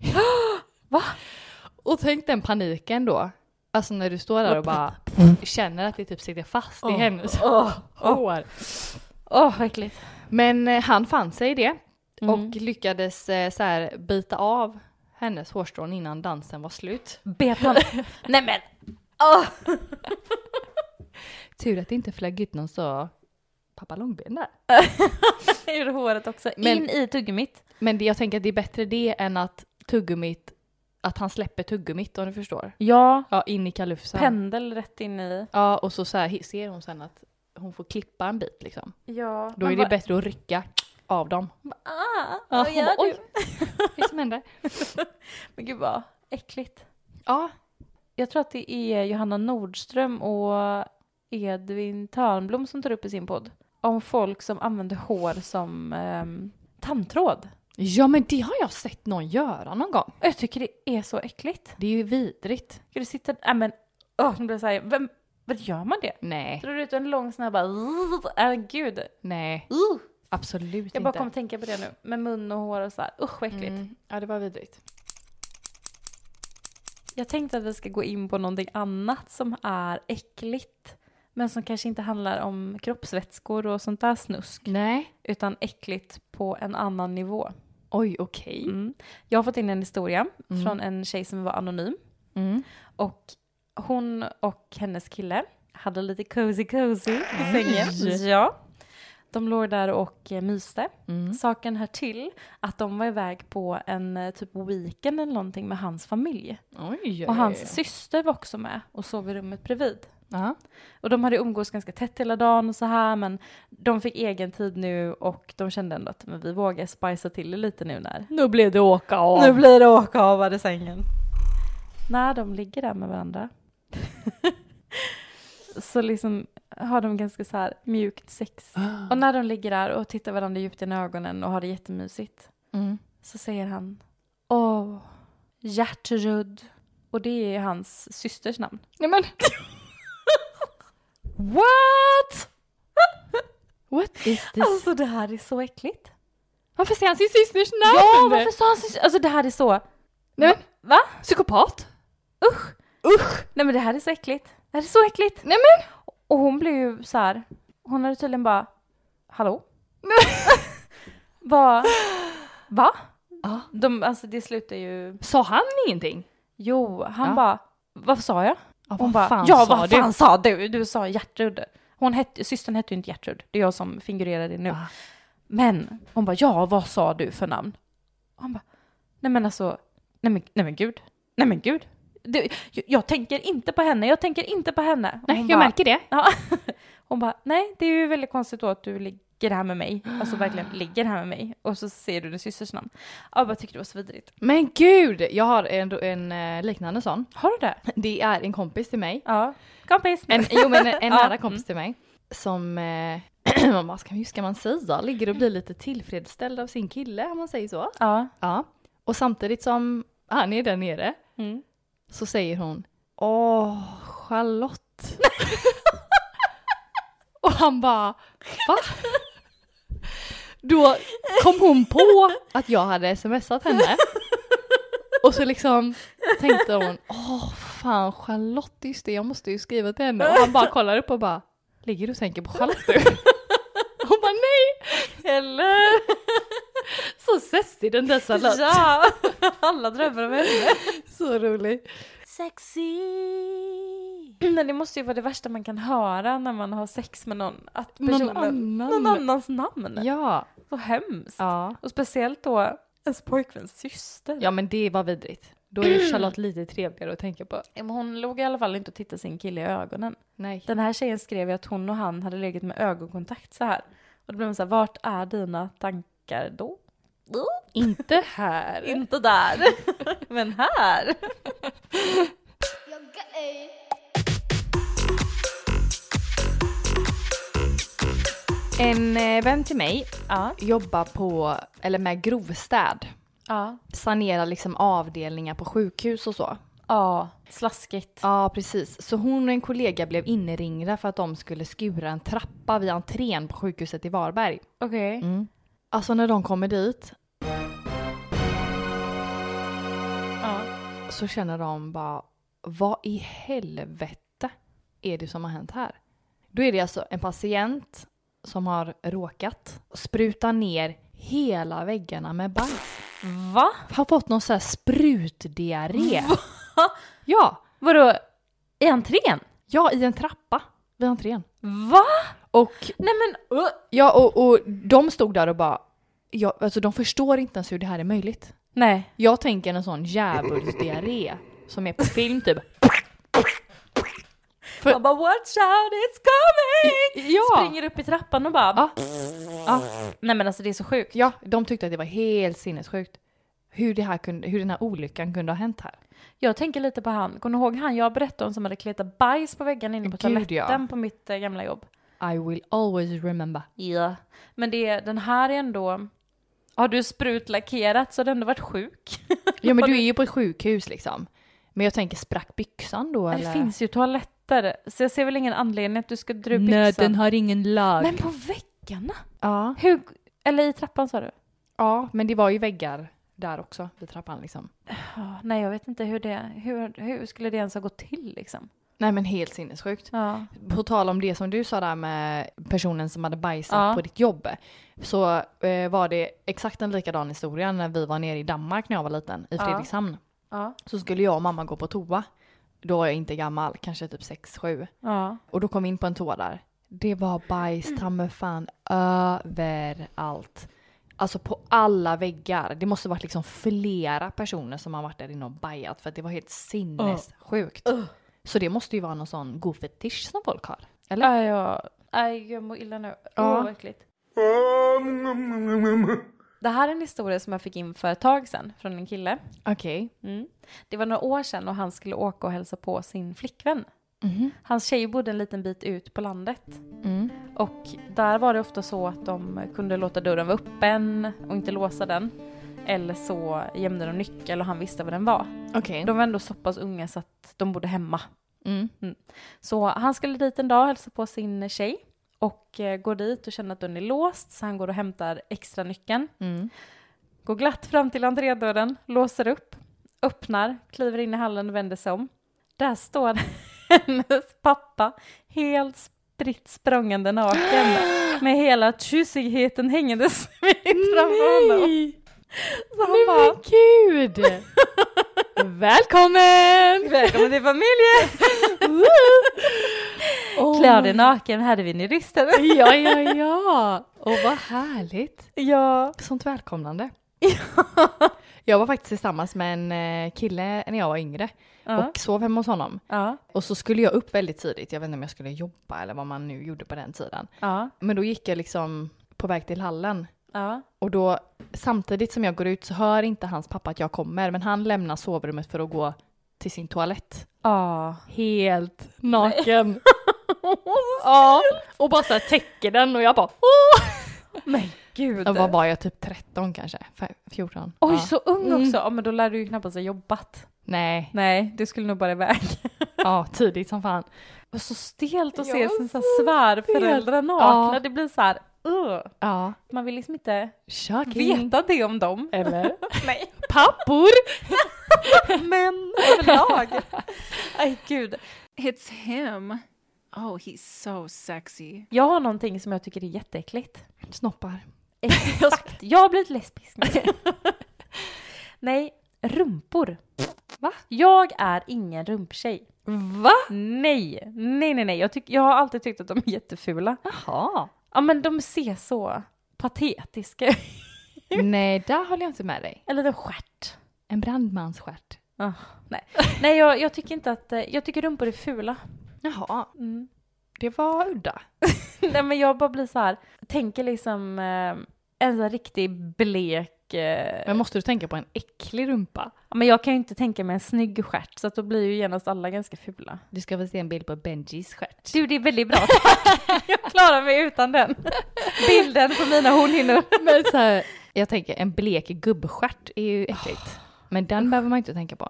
Speaker 1: Va?
Speaker 2: Och tänk den paniken då. Alltså när du står där och bara känner att det typ sitter fast i hennes hår.
Speaker 1: Åh, vad äckligt.
Speaker 2: Men eh, han fann sig i det
Speaker 1: Mm.
Speaker 2: och lyckades eh, så här bita av hennes hårstrån innan dansen var slut.
Speaker 1: Bet han... Nej men! Åh!
Speaker 2: Tur att det inte flög ut någon så pappa långben där.
Speaker 1: Jag gjorde håret också.
Speaker 2: Men-
Speaker 1: In i tuggummit.
Speaker 2: Men det, jag tänker att det är bättre det än att tuggummit, att han släpper tuggummit om du förstår.
Speaker 1: Ja.
Speaker 2: Ja, in i kalufsen.
Speaker 1: Pendel rätt in i.
Speaker 2: Ja, och så, så här, ser hon sen att hon får klippa en bit liksom.
Speaker 1: Ja.
Speaker 2: Då är det bättre att rycka av dem.
Speaker 1: Ah,
Speaker 2: Ja,
Speaker 1: vad
Speaker 2: hon
Speaker 1: gör
Speaker 2: bara,
Speaker 1: du?
Speaker 2: Vad är det som händer?
Speaker 1: Men gud vad äckligt.
Speaker 2: Ja,
Speaker 1: Jag tror att det är Johanna Nordström och Edvin Törnblom som tar upp i sin podd. Om folk som använder hår som ehm, tandtråd.
Speaker 2: ja men det har jag sett någon göra någon gång.
Speaker 1: Och Jag tycker det är så äckligt.
Speaker 2: Det är ju vidrigt.
Speaker 1: Ska du sitta... Nej men... Åh, nu blir jag så här, vem, vad gör man det?
Speaker 2: Nej,
Speaker 1: Drar du ut en lång sån här bara... Nej men gud.
Speaker 2: nej,
Speaker 1: Uh.
Speaker 2: absolut
Speaker 1: Jag bara
Speaker 2: inte.
Speaker 1: kom att tänka på det nu. Med mun och hår och så här. Usch vad äckligt.
Speaker 2: Mm. Ja, det var vidrigt.
Speaker 1: Jag tänkte att vi ska gå in på någonting annat som är äckligt. Men som kanske inte handlar om kroppsvätskor och sånt där snusk.
Speaker 2: Nej.
Speaker 1: utan äckligt på en annan nivå.
Speaker 2: Oj, okej.
Speaker 1: Mm. Jag har fått in en historia
Speaker 2: Mm.
Speaker 1: från en tjej som var anonym
Speaker 2: Mm.
Speaker 1: och hon och hennes kille hade lite cozy cozy i sängen. Ja. De låg där och eh, myste.
Speaker 2: Mm.
Speaker 1: Saken hör till att de var iväg på en eh, typ weekend eller någonting med hans familj.
Speaker 2: Oj,
Speaker 1: Och hans syster var också med och sov i rummet bredvid.
Speaker 2: Ja.
Speaker 1: Och de hade umgås ganska tätt hela dagen och så här men de fick egen tid nu och de kände ändå att men vi vågar spicea till det lite nu när
Speaker 2: Nu blev det åka av.
Speaker 1: Nu blir det åka av var det sängen. När de ligger där med varandra så liksom har de ganska så här mjukt sex. Och när de ligger där och tittar varandra djupt i ögonen och har det jättemysigt
Speaker 2: Mm.
Speaker 1: så säger han Åh, Gertrud. Och det är hans systers namn.
Speaker 2: Nej men. What? What is this?
Speaker 1: Alltså det här är så äckligt.
Speaker 2: varför säger han sin systers namn?
Speaker 1: Ja, varför sa han så? Alltså det här är så...
Speaker 2: Nej men,
Speaker 1: Va?
Speaker 2: psykopat?
Speaker 1: Usch! Usch! Nej men det här är så äckligt. Det här är så äckligt.
Speaker 2: Nej men!
Speaker 1: Och hon blev ju så här. hon hade tydligen bara, hallå? Vad? Va?
Speaker 2: Ja.
Speaker 1: De, alltså det slutar ju,
Speaker 2: Sa han ingenting?
Speaker 1: jo, han
Speaker 2: Ja.
Speaker 1: bara, vad sa jag?
Speaker 2: Ja,
Speaker 1: Hon
Speaker 2: vad
Speaker 1: bara,
Speaker 2: fan
Speaker 1: ja
Speaker 2: sa
Speaker 1: vad
Speaker 2: du?"
Speaker 1: fan sa du? Du sa Gertrud. Hon hette, systern hette ju inte Gertrud, det är jag som figurerar det nu.
Speaker 2: Ah.
Speaker 1: Men hon bara, ja vad sa du för namn? Och han bara, nej men alltså, nej men, nej men gud, nej men gud. Du, jag, jag tänker inte på henne, jag tänker inte på henne. Och
Speaker 2: Nej,
Speaker 1: hon
Speaker 2: jag
Speaker 1: bara,
Speaker 2: märker det.
Speaker 1: Ja. Hon bara, nej det är ju väldigt konstigt då att du ligger här med mig. Alltså verkligen ligger här med mig. Och så ser du din systers namn. Jag bara tyckte det var så vidrigt.
Speaker 2: Men gud, jag har en, en eh, liknande sån.
Speaker 1: Har du det?
Speaker 2: Det är en kompis till mig.
Speaker 1: Ja. Kompis.
Speaker 2: En, jo men en, en
Speaker 1: Ja. Mm.
Speaker 2: nära kompis till mig. Som eh, man bara, ska, hur ska man säga? Ligger och blir lite tillfredsställd av sin kille om man säger så.
Speaker 1: Ja.
Speaker 2: Ja. Och samtidigt som han är där nere
Speaker 1: Mm.
Speaker 2: så säger hon Åh, Charlotte. och han bara Va? Då kom hon på att jag hade smsat henne. Och så liksom tänkte hon Åh fan Charlotte, just det jag måste ju skriva till henne. Och han bara kollar upp och bara Ligger du och tänker på Charlotte du? Hon bara nej!
Speaker 1: Eller?
Speaker 2: Så sessig den där Charlotte.
Speaker 1: Ja! Alla drömmer om henne.
Speaker 2: Så rolig.
Speaker 1: Mm, Men det måste ju vara det värsta man kan höra när man har sex med någon. Att
Speaker 2: Någon
Speaker 1: personen,
Speaker 2: annan.
Speaker 1: någon annans namn.
Speaker 2: Ja.
Speaker 1: Så hemskt.
Speaker 2: ja.
Speaker 1: Och speciellt då ens pojkväns syster.
Speaker 2: Ja men det var vidrigt. Då är ju Charlotte lite trevligare att tänka på.
Speaker 1: Men Hon låg i alla fall inte och tittade sin kille i ögonen.
Speaker 2: Nej.
Speaker 1: Den här tjejen skrev ju att hon och han hade legat med ögonkontakt så här. Och då blev man så här, vart är dina tankar då?
Speaker 2: Inte här.
Speaker 1: Inte där, men här.
Speaker 2: En eh, vän till mig
Speaker 1: Ja,
Speaker 2: jobbar på, eller med grovstäd.
Speaker 1: ja,
Speaker 2: Sanerar liksom avdelningar på sjukhus och så.
Speaker 1: ja, slaskigt.
Speaker 2: Ja precis. Så hon och en kollega blev inringda för att de skulle skura en trappa vid entrén på sjukhuset i Varberg.
Speaker 1: Okej.
Speaker 2: Alltså när de kommer dit
Speaker 1: Ja.
Speaker 2: så känner de bara vad i helvete är det som har hänt här? Då är det alltså en patient som har råkat spruta ner hela väggarna med bajs.
Speaker 1: Va?
Speaker 2: Har fått någon sån här sprutdiarré. Ja,
Speaker 1: Vadå, i entrén?
Speaker 2: ja, i en trappa vid entrén.
Speaker 1: Va?
Speaker 2: Och,
Speaker 1: Nej men, uh.
Speaker 2: ja, och, och de stod där och bara, ja, alltså de förstår inte ens hur det här är möjligt.
Speaker 1: Nej.
Speaker 2: Jag tänker en sån djävulsdiarré som är på film typ. För-
Speaker 1: Jag bara watch out it's coming!
Speaker 2: Ja.
Speaker 1: Springer upp i trappan och bara,
Speaker 2: Ja. Ja.
Speaker 1: nej men alltså det är så sjukt.
Speaker 2: Ja, de tyckte att det var helt sinnessjukt. Hur, det här kunde, hur den här olyckan kunde ha hänt här.
Speaker 1: Jag tänker lite på han, kommer ni ihåg han jag berättade om som hade kletat bajs på väggen inne på
Speaker 2: Gud, ja.
Speaker 1: toaletten på mitt eh, gamla jobb?
Speaker 2: I will always remember.
Speaker 1: Ja. Men det, är- den här är ändå, har du sprutlackerat så har du ändå varit sjuk.
Speaker 2: Ja men du är ju på ett sjukhus liksom. Men jag tänker, sprack byxan då eller?
Speaker 1: Det finns ju toaletter, så jag ser väl ingen anledning att du ska dra upp
Speaker 2: Nej,
Speaker 1: byxan.
Speaker 2: den har ingen lag.
Speaker 1: Men på väggarna?
Speaker 2: ja.
Speaker 1: Hur, eller i trappan sa du?
Speaker 2: ja, men det var ju väggar där också vid trappan liksom.
Speaker 1: Ja, nej, jag vet inte hur det, hur, hur skulle det ens ha gått till liksom?
Speaker 2: Nej men helt sinnessjukt.
Speaker 1: Ja.
Speaker 2: På tal om det som du sa där med personen som hade bajsat
Speaker 1: Ja.
Speaker 2: på ditt jobb. Så eh, var det exakt en likadan historia när vi var nere i Danmark när jag var liten, i
Speaker 1: Ja.
Speaker 2: Fredrikshamn.
Speaker 1: Ja.
Speaker 2: så skulle jag och mamma gå på toa. Då var jag inte gammal, kanske typ 6-7.
Speaker 1: Ja.
Speaker 2: Och då kom vi in på en toa där. Det var bajs
Speaker 1: Mm.
Speaker 2: ta mig fan överallt. Alltså på alla väggar. Det måste varit liksom flera personer som har varit där inne och bajat för att det var helt sinnessjukt. Så det måste ju vara någon sån god fetisch som folk har. Eller?
Speaker 1: Aj, ja. Aj, jag mår illa nu.
Speaker 2: Ja.
Speaker 1: Åh, vad äckligt. Det här är en historia som jag fick in för ett tag sedan från en kille.
Speaker 2: Okej.
Speaker 1: Mm. Det var några år sedan och han skulle åka och hälsa på sin flickvän.
Speaker 2: Mhm.
Speaker 1: Hans tjej bodde en liten bit ut på landet.
Speaker 2: Mm.
Speaker 1: Och där var det ofta så att de kunde låta dörren vara öppen och inte låsa den. Eller så gömde de nyckel och han visste var den var.
Speaker 2: Okej.
Speaker 1: De var ändå så pass unga så att de bodde hemma.
Speaker 2: Mm.
Speaker 1: Så han skulle dit en dag och hälsa på sin tjej. Och eh, går dit och känner att dörren är låst så han går och hämtar extra nyckeln.
Speaker 2: Mm.
Speaker 1: Går glatt fram till entrédörren, låser upp, öppnar, kliver in i hallen och vänder sig om. Där står hennes pappa helt spritt språngande naken med hela tjusigheten hängandes mitt framför honom.
Speaker 2: Nej!
Speaker 1: Så han
Speaker 2: Nej
Speaker 1: bara,
Speaker 2: men gud! Välkommen!
Speaker 1: välkommen till familjen!
Speaker 2: Oh.
Speaker 1: Klä av dig naken, här är vi i risten.
Speaker 2: Ja, ja, ja. Och vad härligt.
Speaker 1: Ja.
Speaker 2: Sånt välkomnande. Jag var faktiskt tillsammans med en eh, kille när jag var yngre
Speaker 1: Ja.
Speaker 2: och sov hemma hos honom.
Speaker 1: Ja.
Speaker 2: Och så skulle jag upp väldigt tidigt. Jag vet inte om jag skulle jobba eller vad man nu gjorde på den tiden.
Speaker 1: Ja.
Speaker 2: Men då gick jag liksom på väg till hallen
Speaker 1: Ja.
Speaker 2: och då samtidigt som jag går ut så hör inte hans pappa att jag kommer men han lämnar sovrummet för att gå till sin toalett.
Speaker 1: Ja.
Speaker 2: Helt naken. Ja, och bara så här täcker den och jag bara åh!
Speaker 1: Men gud.
Speaker 2: Jag var, var jag typ 13 kanske? Fe- 14?
Speaker 1: Oj,
Speaker 2: ja.
Speaker 1: så ung
Speaker 2: Mm.
Speaker 1: också. Ja, men då lär du ju knappast ha jobbat.
Speaker 2: Nej,
Speaker 1: Nej, du skulle nog bara iväg.
Speaker 2: ja tidigt som fan.
Speaker 1: Och så stelt att se
Speaker 2: Ja,
Speaker 1: sina så här
Speaker 2: så
Speaker 1: svärföräldrar nakna.
Speaker 2: Ja.
Speaker 1: Det blir så här, "Ugh."
Speaker 2: Ja.
Speaker 1: man vill liksom inte
Speaker 2: Shocking.
Speaker 1: veta det om dem.
Speaker 2: Eller?
Speaker 1: Nej.
Speaker 2: Pappor!
Speaker 1: Men överlag. Nej, gud.
Speaker 4: It's him. Oh, he's so sexy.
Speaker 1: Jag har någonting som jag tycker är jätteäckligt.
Speaker 2: Snoppar.
Speaker 1: Exakt. Jag har blivit lesbisk. nu. Nej, rumpor.
Speaker 2: Va?
Speaker 1: Jag är ingen rumptjej.
Speaker 2: Va?
Speaker 1: Nej, nej, nej, nej. Jag, tyck, jag har alltid tyckt att de är jättefula.
Speaker 2: Jaha.
Speaker 1: Ja, men de ser så patetiska ut.
Speaker 2: Nej, där håller jag inte med dig.
Speaker 1: Eller en stjärt.
Speaker 2: En brandmansstjärt.
Speaker 1: Ah, nej, nej jag, jag tycker inte att... eh, Jag tycker rumpor är fula.
Speaker 2: Jaha,
Speaker 1: Mm.
Speaker 2: det var udda.
Speaker 1: Nej men jag bara blir så här, tänker liksom eh, en sån här riktig blek... Eh,
Speaker 2: Men måste du tänka på en äcklig rumpa?
Speaker 1: ja, men jag kan ju inte tänka mig en snygg stjärt så att då blir ju genast alla ganska fula.
Speaker 2: Du ska få se en bild på Benjis stjärt.
Speaker 1: Du det är väldigt bra, tack. Jag klarar mig utan den. Bilden på mina hornhinnor.
Speaker 2: Men så här, jag tänker en blek gubbstjärt är ju äckligt. Men den behöver man inte tänka på.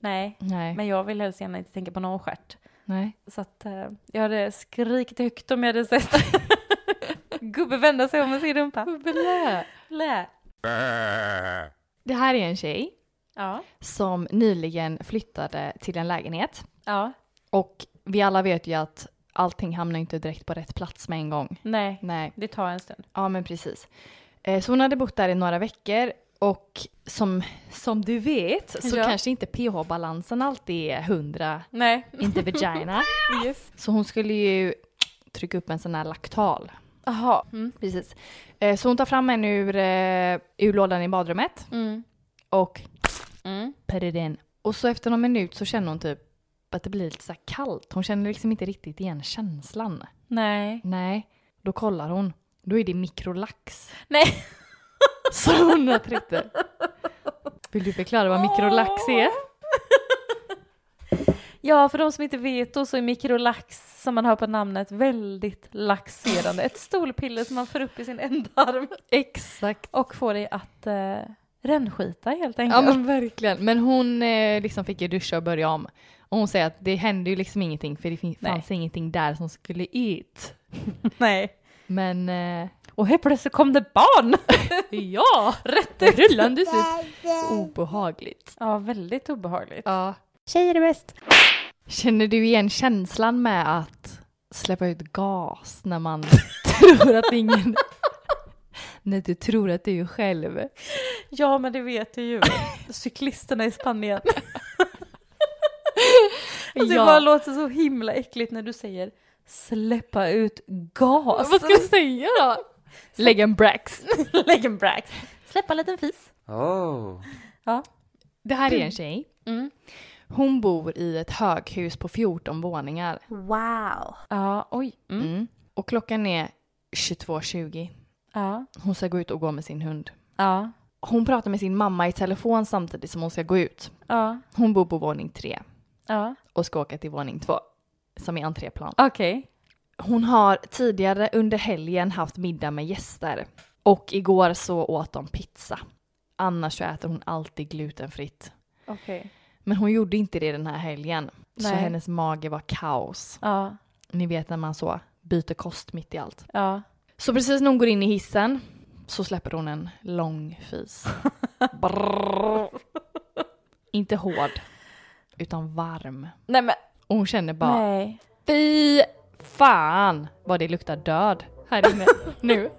Speaker 1: Nej,
Speaker 2: Nej.
Speaker 1: Oh. men jag vill helst gärna inte tänka på någon stjärt.
Speaker 2: Nej.
Speaker 1: Så att eh, jag hade skrikit högt om jag hade sett gubbe vända sig om med sin rumpa. Blä.
Speaker 2: Det här är en tjej
Speaker 1: Ja.
Speaker 2: som nyligen flyttade till en lägenhet.
Speaker 1: Ja.
Speaker 2: Och vi alla vet ju att allting hamnar inte direkt på rätt plats med en gång.
Speaker 1: Nej,
Speaker 2: Nej.
Speaker 1: det tar en stund.
Speaker 2: Ja, men precis. Eh, Så hon hade bott där i några veckor och som, som du vet så
Speaker 1: Ja.
Speaker 2: kanske inte pH-balansen alltid är 100,
Speaker 1: Nej.
Speaker 2: inte vagina.
Speaker 1: Yes.
Speaker 2: Så hon skulle ju trycka upp en sån här laktal.
Speaker 1: Jaha. Mm.
Speaker 2: Precis. Eh, Så hon tar fram en ur, eh, ur lådan i badrummet
Speaker 1: Mm.
Speaker 2: och
Speaker 1: Mm.
Speaker 2: put it in. Och så efter någon minut så känner hon typ att det blir lite så här kallt. Hon känner liksom inte riktigt igen känslan.
Speaker 1: Nej.
Speaker 2: Nej, då kollar hon. Då är det mikrolax.
Speaker 1: Nej.
Speaker 2: Som hon har tryckt det. Vill du förklara vad mikrolax är?
Speaker 1: Ja, för de som inte vet då så är mikrolax, som man hör på namnet, väldigt laxerande. Ett stolpiller som man får upp i sin ändarm
Speaker 2: Exakt.
Speaker 1: och får dig att eh, rännskita helt
Speaker 2: Ja
Speaker 1: enkelt.
Speaker 2: men verkligen. Men hon eh, liksom fick ju duscha och börja om. Och hon säger att det hände ju liksom ingenting för det fin-
Speaker 1: Nej.
Speaker 2: fanns ingenting där som skulle ut.
Speaker 1: Nej.
Speaker 2: Men eh,
Speaker 1: Och helt plötsligt kom det barn!
Speaker 2: ja,
Speaker 1: Rätt ut!
Speaker 2: rullandes ut. typ. Obehagligt.
Speaker 1: Ja, väldigt obehagligt.
Speaker 2: Ja.
Speaker 1: Tjejer är bäst!
Speaker 2: Känner du igen känslan med att släppa ut gas när man tror att ingen... när du tror att du är själv?
Speaker 1: Ja, men det vet du ju. Cyklisterna i Spanien. Alltså, Det bara låter så himla äckligt när du säger släppa ut gas.
Speaker 2: Vad ska jag säga då? Lägg en brax.
Speaker 1: Lägg en brax. Släppa en liten fis.
Speaker 3: Oh.
Speaker 2: Det här är en tjej.
Speaker 1: Mm.
Speaker 2: Hon bor i ett höghus på 14 våningar.
Speaker 1: Wow. Ja, oj. Mm.
Speaker 2: Mm. Och klockan är 22.20.
Speaker 1: Ja.
Speaker 2: Hon ska gå ut och gå med sin hund.
Speaker 1: Ja.
Speaker 2: Hon pratar med sin mamma i telefon samtidigt som hon ska gå ut.
Speaker 1: Ja.
Speaker 2: Hon bor på våning 3
Speaker 1: Ja.
Speaker 2: och ska åka till våning 2 som är entréplan.
Speaker 1: Okej.
Speaker 2: Hon har tidigare under helgen haft middag med gäster och igår så åt de pizza. Annars så äter hon alltid glutenfritt.
Speaker 1: Okej.
Speaker 2: Men hon gjorde inte det den här helgen. Så
Speaker 1: Nej.
Speaker 2: hennes mage var kaos.
Speaker 1: Ja.
Speaker 2: Ni vet när man så byter kost mitt i allt.
Speaker 1: Ja.
Speaker 2: Så precis när hon går in i hissen så släpper hon en lång fis. Brrrr. inte hård, utan varm.
Speaker 1: Nej men.
Speaker 2: Och hon känner bara
Speaker 1: Nej.
Speaker 2: Fy fan vad det luktar död här inne nu.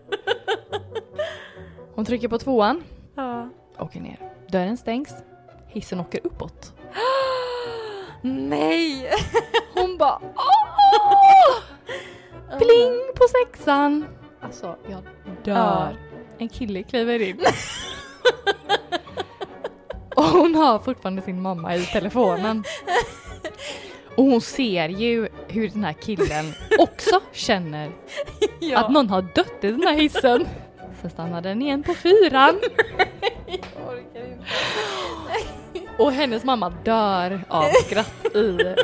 Speaker 2: Hon trycker på tvåan,
Speaker 1: Ja.
Speaker 2: åker ner. Dörren stängs, hissen åker uppåt.
Speaker 1: Nej!
Speaker 2: Hon bara åh! Pling på sexan! Alltså jag
Speaker 1: Ja.
Speaker 2: dör. En kille kliver in. Och hon har fortfarande sin mamma i telefonen. Och hon ser ju hur den här killen också känner
Speaker 1: Ja.
Speaker 2: att någon har dött i den här hissen. Sen stannar den igen på fyran
Speaker 1: Jag orkar inte.
Speaker 2: och hennes mamma dör av skratt. i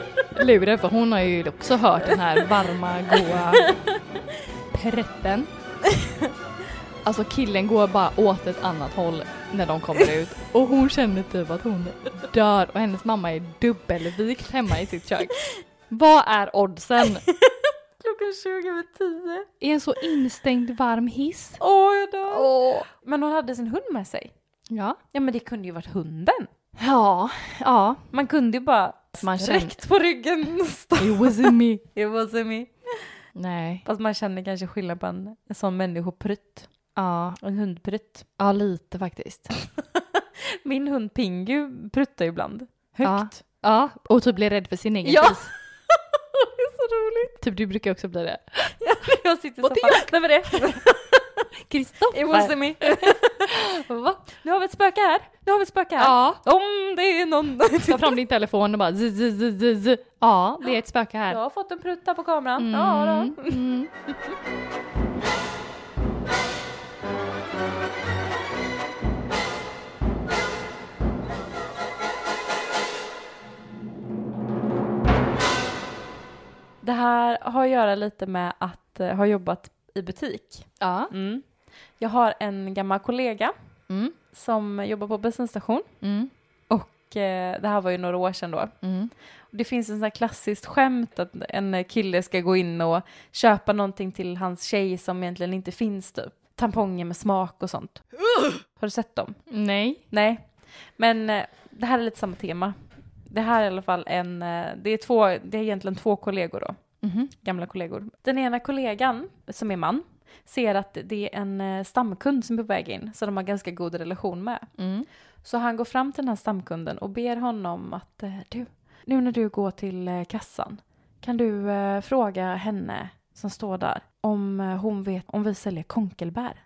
Speaker 2: luren för hon har ju också hört den här varma, goa prätten. Alltså killen går bara åt ett annat håll när de kommer ut och hon känner typ att hon dör och hennes mamma är dubbelvikt hemma i sitt kök. Vad är oddsen?
Speaker 1: Klockan 20 över 10.
Speaker 2: I en så instängd varm hiss?
Speaker 1: Åh, jag dör. Men hon hade sin hund med sig.
Speaker 2: Ja.
Speaker 1: Ja, men det kunde ju varit hunden.
Speaker 2: Ja, ja.
Speaker 1: Man kunde ju bara
Speaker 2: Man känner...
Speaker 1: sträckt på ryggen. stå-
Speaker 2: It wasn't me.
Speaker 1: It wasn't me.
Speaker 2: Nej.
Speaker 1: Fast man känner kanske skillnad på en, en sån människoprytt.
Speaker 2: Ja,
Speaker 1: En hundprytt.
Speaker 2: ja lite faktiskt.
Speaker 1: Min hund Pingu pruttar ibland. Högt.
Speaker 2: Ja, och typ blir rädd för sin egen
Speaker 1: Ja.
Speaker 2: pris.
Speaker 1: det är så roligt.
Speaker 2: Typ du brukar också bli det.
Speaker 1: Jag sitter i
Speaker 2: Vad
Speaker 1: soffan. Nej men det. It
Speaker 2: Kristoffer!
Speaker 1: wasn't me. Va? Nu har vi ett spöke här. Nu har vi ett spöke här.
Speaker 2: Ja,
Speaker 1: Om det är någon.
Speaker 2: ta fram din telefon och bara z, z, z, z, z. Ja, det är ett spöke
Speaker 1: Jag
Speaker 2: här.
Speaker 1: har fått en prutt här på kameran. Ja då.
Speaker 2: Mm.
Speaker 1: Det här har att göra lite med att eh, ha jobbat i butik.
Speaker 2: Ja.
Speaker 1: Mm. Jag har en gammal kollega
Speaker 2: Mm.
Speaker 1: som jobbar på bensinstation
Speaker 2: Mm.
Speaker 1: och eh, det här var ju några år sedan då.
Speaker 2: Mm.
Speaker 1: Det finns en sån här klassiskt skämt att en kille ska gå in och köpa någonting till hans tjej som egentligen inte finns typ. Tamponger med smak och sånt. Har du sett dem?
Speaker 2: Nej.
Speaker 1: Nej, men eh, det här är lite samma tema. Det här är i alla fall en, eh, det är, två, det är egentligen två kollegor då,
Speaker 2: Mhm.
Speaker 1: gamla kollegor. Den ena kollegan, som är man, ser att det är en eh, stamkund som är på väg in, så de har ganska god relation med.
Speaker 2: Mm.
Speaker 1: Så han går fram till den här stamkunden och ber honom att eh, du, nu när du går till eh, kassan, kan du eh, fråga henne som står där om eh, hon vet om vi säljer konkelbär?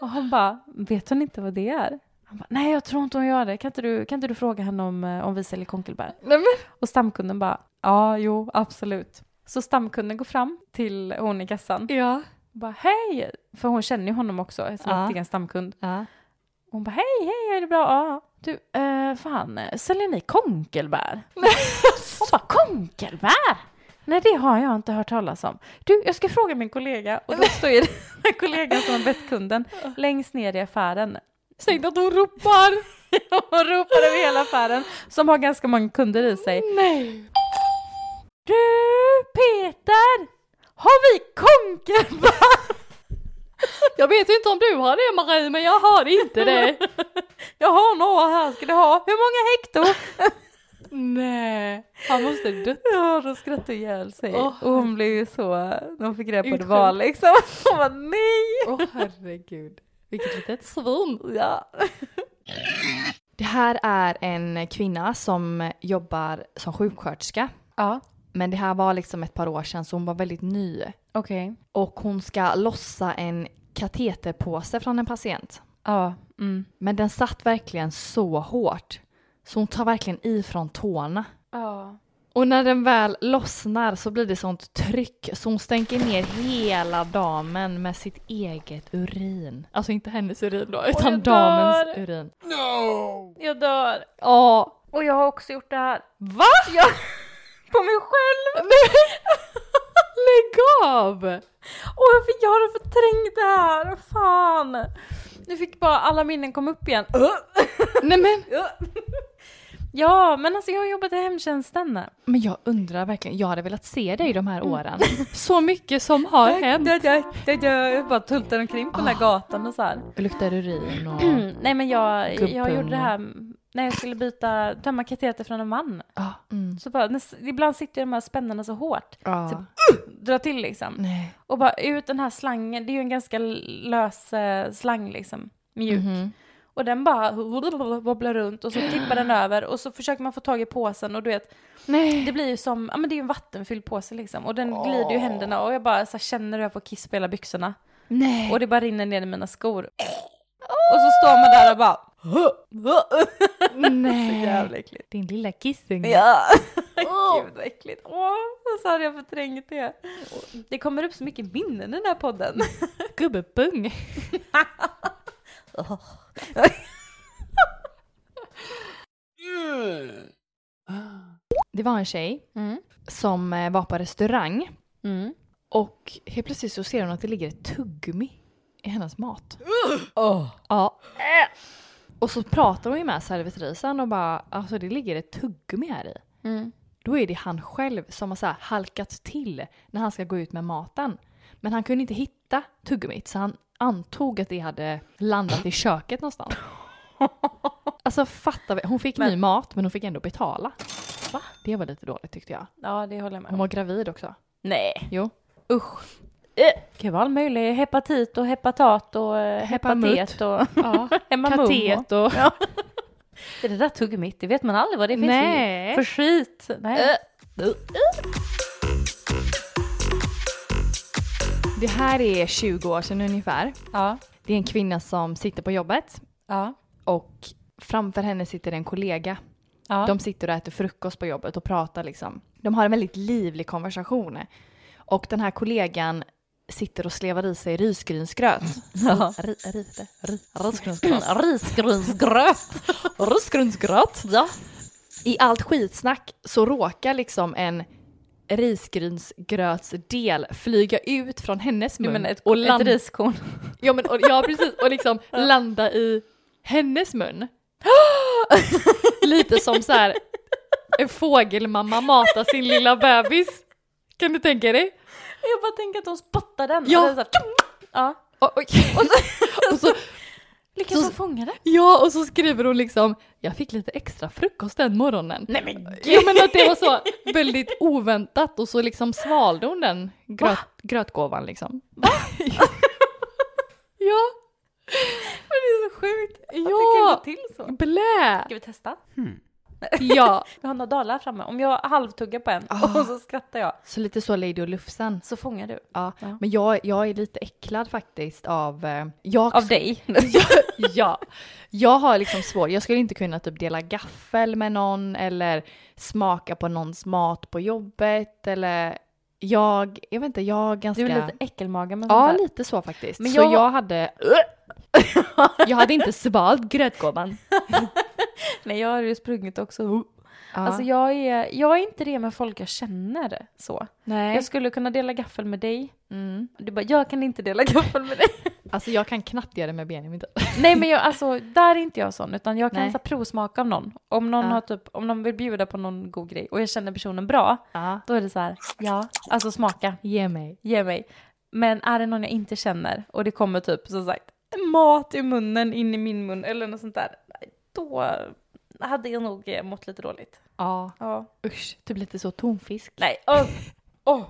Speaker 1: och han bara, vet hon inte vad det är? Han bara, nej jag tror inte hon gör det, kan inte du, kan inte du fråga henne om, eh, om vi säljer konkelbär?
Speaker 2: Nej, men.
Speaker 1: Och stamkunden bara, ja jo absolut. Så stamkunden går fram till hon i kassan
Speaker 2: Ja.
Speaker 1: och bara, hej! För hon känner ju honom också, eftersom
Speaker 2: Ja.
Speaker 1: att det är en stamkund.
Speaker 2: ja.
Speaker 1: Hon bara hej, hej, är det bra? Ja. Du, eh, fan, eh, säljer ni konkelbär? Hon bara konkelbär? Nej, det har jag inte hört talas om. Du, jag ska fråga min kollega. Och då står ju den här kollegan som har bett kunden längst ner i affären.
Speaker 2: Säg inte att hon ropar!
Speaker 1: Hon ropar över hela affären, som har ganska många kunder i sig.
Speaker 2: Nej.
Speaker 1: Du, Peter! Har vi konkelbär?
Speaker 2: Jag vet ju inte om du har det Marie, men jag har inte det.
Speaker 1: Jag har några här, ska du ha? Hur många hekto?
Speaker 2: Nej. Han måste dött.
Speaker 1: Ja, de skrattade ihjäl sig.
Speaker 2: Åh.
Speaker 1: och hon blev ju så, de fick reda på vad det
Speaker 2: Utskämd.
Speaker 1: var liksom. Hon bara nej!
Speaker 2: Åh herregud. Vilket litet svin.
Speaker 1: Ja.
Speaker 2: Det här är en kvinna som jobbar som sjuksköterska.
Speaker 1: Ja,
Speaker 2: Men det här var liksom ett par år sedan så hon var väldigt ny.
Speaker 1: okej.
Speaker 2: Och hon ska lossa en kateterpåse från en patient.
Speaker 1: Ja, mm.
Speaker 2: Men den satt verkligen så hårt. Så hon tar verkligen i från tårna.
Speaker 1: Ja.
Speaker 2: Och när den väl lossnar så blir det sånt tryck så hon stänker ner hela damen med sitt eget urin. Alltså inte hennes urin då, utan
Speaker 1: jag
Speaker 2: damens
Speaker 1: dör.
Speaker 2: urin.
Speaker 3: No!
Speaker 1: Jag dör.
Speaker 2: Ja,
Speaker 1: Och jag har också gjort det här.
Speaker 2: va?
Speaker 1: Jag... På mig själv!
Speaker 2: Lägg av!
Speaker 1: Åh, jag, fick, jag hade förträngt det här, fan! Nu fick bara alla minnen komma upp igen.
Speaker 2: Nej men,
Speaker 1: Ja, men alltså jag har jobbat i hemtjänsten.
Speaker 2: men jag undrar verkligen, jag hade velat se dig de
Speaker 1: Mm.
Speaker 2: här åren. Så mycket som har
Speaker 1: Äh,
Speaker 2: hänt.
Speaker 1: Jag, jag, jag, jag bara tultade omkring på den här gatan och så här.
Speaker 2: Luktar urin och...
Speaker 1: Mm, nej men jag, jag
Speaker 2: Gubben
Speaker 1: gjorde det
Speaker 2: och-
Speaker 1: här när jag skulle byta, tömma kateter från en man.
Speaker 2: Ah, mm.
Speaker 1: Så bara, näs- ibland sitter ju de här spännena så hårt,
Speaker 2: ah.
Speaker 1: dra till liksom.
Speaker 2: Nej.
Speaker 1: Och bara ut den här slangen, det är ju en ganska lös eh, slang liksom, mjuk.
Speaker 2: Mhm.
Speaker 1: Och den bara wobblar runt och så tippar den över och så försöker man få tag i påsen och du vet,
Speaker 2: Nej.
Speaker 1: det blir ju som, ja men det är ju en vattenfylld påse liksom. Och den glider ju i händerna och jag bara så här, känner hur jag får kiss på hela byxorna.
Speaker 2: Nej.
Speaker 1: Och det bara rinner ner i mina skor. Och så står man där och bara... Så jävla
Speaker 2: Nej.
Speaker 1: äckligt.
Speaker 2: Din lilla kissunge.
Speaker 1: Ja. Gud vad äckligt. Åh, så hade jag förträngt det. Det kommer upp så mycket minnen i den här podden.
Speaker 2: Gubbepung.
Speaker 3: Ugh.
Speaker 2: Det var en tjej
Speaker 1: Mm.
Speaker 2: som eh, var på restaurang
Speaker 1: Mm.
Speaker 2: och helt plötsligt så ser hon att det ligger ett tuggummi i hennes mat. Åh. Ja. Och så pratar hon ju med servitrisen och bara alltså det ligger ett tuggummi här i.
Speaker 1: Mm.
Speaker 2: Då är det han själv som har så här halkat till när han ska gå ut med maten. Men han kunde inte hitta tuggummit så han antog att det hade landat i köket någonstans. Alltså fatta, vi- hon fick ny mat men hon fick ändå betala. Va? Det var lite dåligt tyckte jag.
Speaker 1: Ja, det håller jag med
Speaker 2: Hon
Speaker 1: om.
Speaker 2: var gravid också.
Speaker 1: Nej.
Speaker 2: Jo.
Speaker 1: Usch. Det kan ju vara all möjlig hepatit och hepatat och eh,
Speaker 2: Hepamut.
Speaker 1: hepatet och
Speaker 2: Ja.
Speaker 1: hemamum.
Speaker 2: Katet och...
Speaker 1: Det där tuggummit, det vet man aldrig vad det finns i.
Speaker 2: Nej. Eh.
Speaker 1: För skit. Nej.
Speaker 2: Det här är 20 år sedan ungefär.
Speaker 1: Ja.
Speaker 2: Det är en kvinna som sitter på jobbet
Speaker 1: Ja.
Speaker 2: och framför henne sitter en kollega
Speaker 1: Ja.
Speaker 2: De sitter och äter frukost på jobbet och pratar liksom. De har en väldigt livlig konversation. Och den här kollegan sitter och slevar i sig risgrynsgröt.
Speaker 1: Ja.
Speaker 2: Ri, ri, ri, risgrynsgröt.
Speaker 1: Risgrynsgröt.
Speaker 2: risgrynsgröt.
Speaker 1: Ja.
Speaker 2: I allt skitsnack så råkar liksom en risgrynsgrötsdel flyga ut från hennes mun.
Speaker 1: Men ett,
Speaker 2: och
Speaker 1: ett
Speaker 2: landa,
Speaker 1: riskorn.
Speaker 2: ja, men, och, ja, precis, och liksom landa i hennes mun. Lite som så här en fågelmamma matar sin lilla bebis. Kan du tänka dig?
Speaker 1: Jag bara tänker att de spottar den.
Speaker 2: Ja.
Speaker 1: Och det är så här, ja.
Speaker 2: Och, och, och så, och så,
Speaker 1: Lyckas
Speaker 2: de
Speaker 1: de fånga det?
Speaker 2: ja, och så skriver hon liksom jag fick lite extra frukost den morgonen.
Speaker 1: Nej men gud.
Speaker 2: Jo men att det var så väldigt oväntat och så liksom svalde hon den gröt, grötgåvan liksom. ja,
Speaker 1: Det är så sjukt att det kan
Speaker 2: Ja.
Speaker 1: gå till så.
Speaker 2: blä!
Speaker 1: Ska vi testa?
Speaker 2: Ja.
Speaker 1: Jag har några dalar framme. Om jag halvtuggar på en
Speaker 2: Ah.
Speaker 1: och så skrattar jag
Speaker 2: Så lite så Lady och Lufsen.
Speaker 1: så fångar du.
Speaker 2: Ja,
Speaker 1: Ja.
Speaker 2: men jag, jag är lite äcklad faktiskt av... eh, Jag,
Speaker 1: Av dig.
Speaker 2: ja, jag har liksom svårt, jag skulle inte kunna typ dela gaffel med någon eller smaka på någons mat på jobbet eller... Jag, jag vet inte, jag är ganska...
Speaker 1: Du är lite äckelmaga med
Speaker 2: ja,
Speaker 1: sånt där.
Speaker 2: lite så faktiskt.
Speaker 1: Men
Speaker 2: Men jag...
Speaker 1: jag-
Speaker 2: Så jag hade... jag hade inte svalt grötgåvan.
Speaker 1: Nej jag har ju sprungit också.
Speaker 2: Ja.
Speaker 1: Alltså jag är, jag är inte det med folk jag känner så.
Speaker 2: nej.
Speaker 1: Jag skulle kunna dela gaffel med dig.
Speaker 2: mm.
Speaker 1: Du bara, jag kan inte dela gaffel med dig.
Speaker 2: alltså jag kan knappt göra det med Benjamin.
Speaker 1: Nej men jag, alltså, där är inte jag sån utan jag kan
Speaker 2: Nej. Ah.
Speaker 1: så här provsmaka av någon. Om någon,
Speaker 2: Ja.
Speaker 1: har typ, om någon vill bjuda på någon god grej och jag känner personen bra,
Speaker 2: Ja.
Speaker 1: då är det så här, ja, alltså smaka,
Speaker 2: Ge mig.
Speaker 1: ge mig. Men är det någon jag inte känner och det kommer typ som sagt mat i munnen, in i min mun eller något sånt där, nej, då hade jag nog eh, mått lite dåligt.
Speaker 2: Ja,
Speaker 1: Ja.
Speaker 2: usch. Typ lite så tonfisk.
Speaker 1: Nej, åh, åh,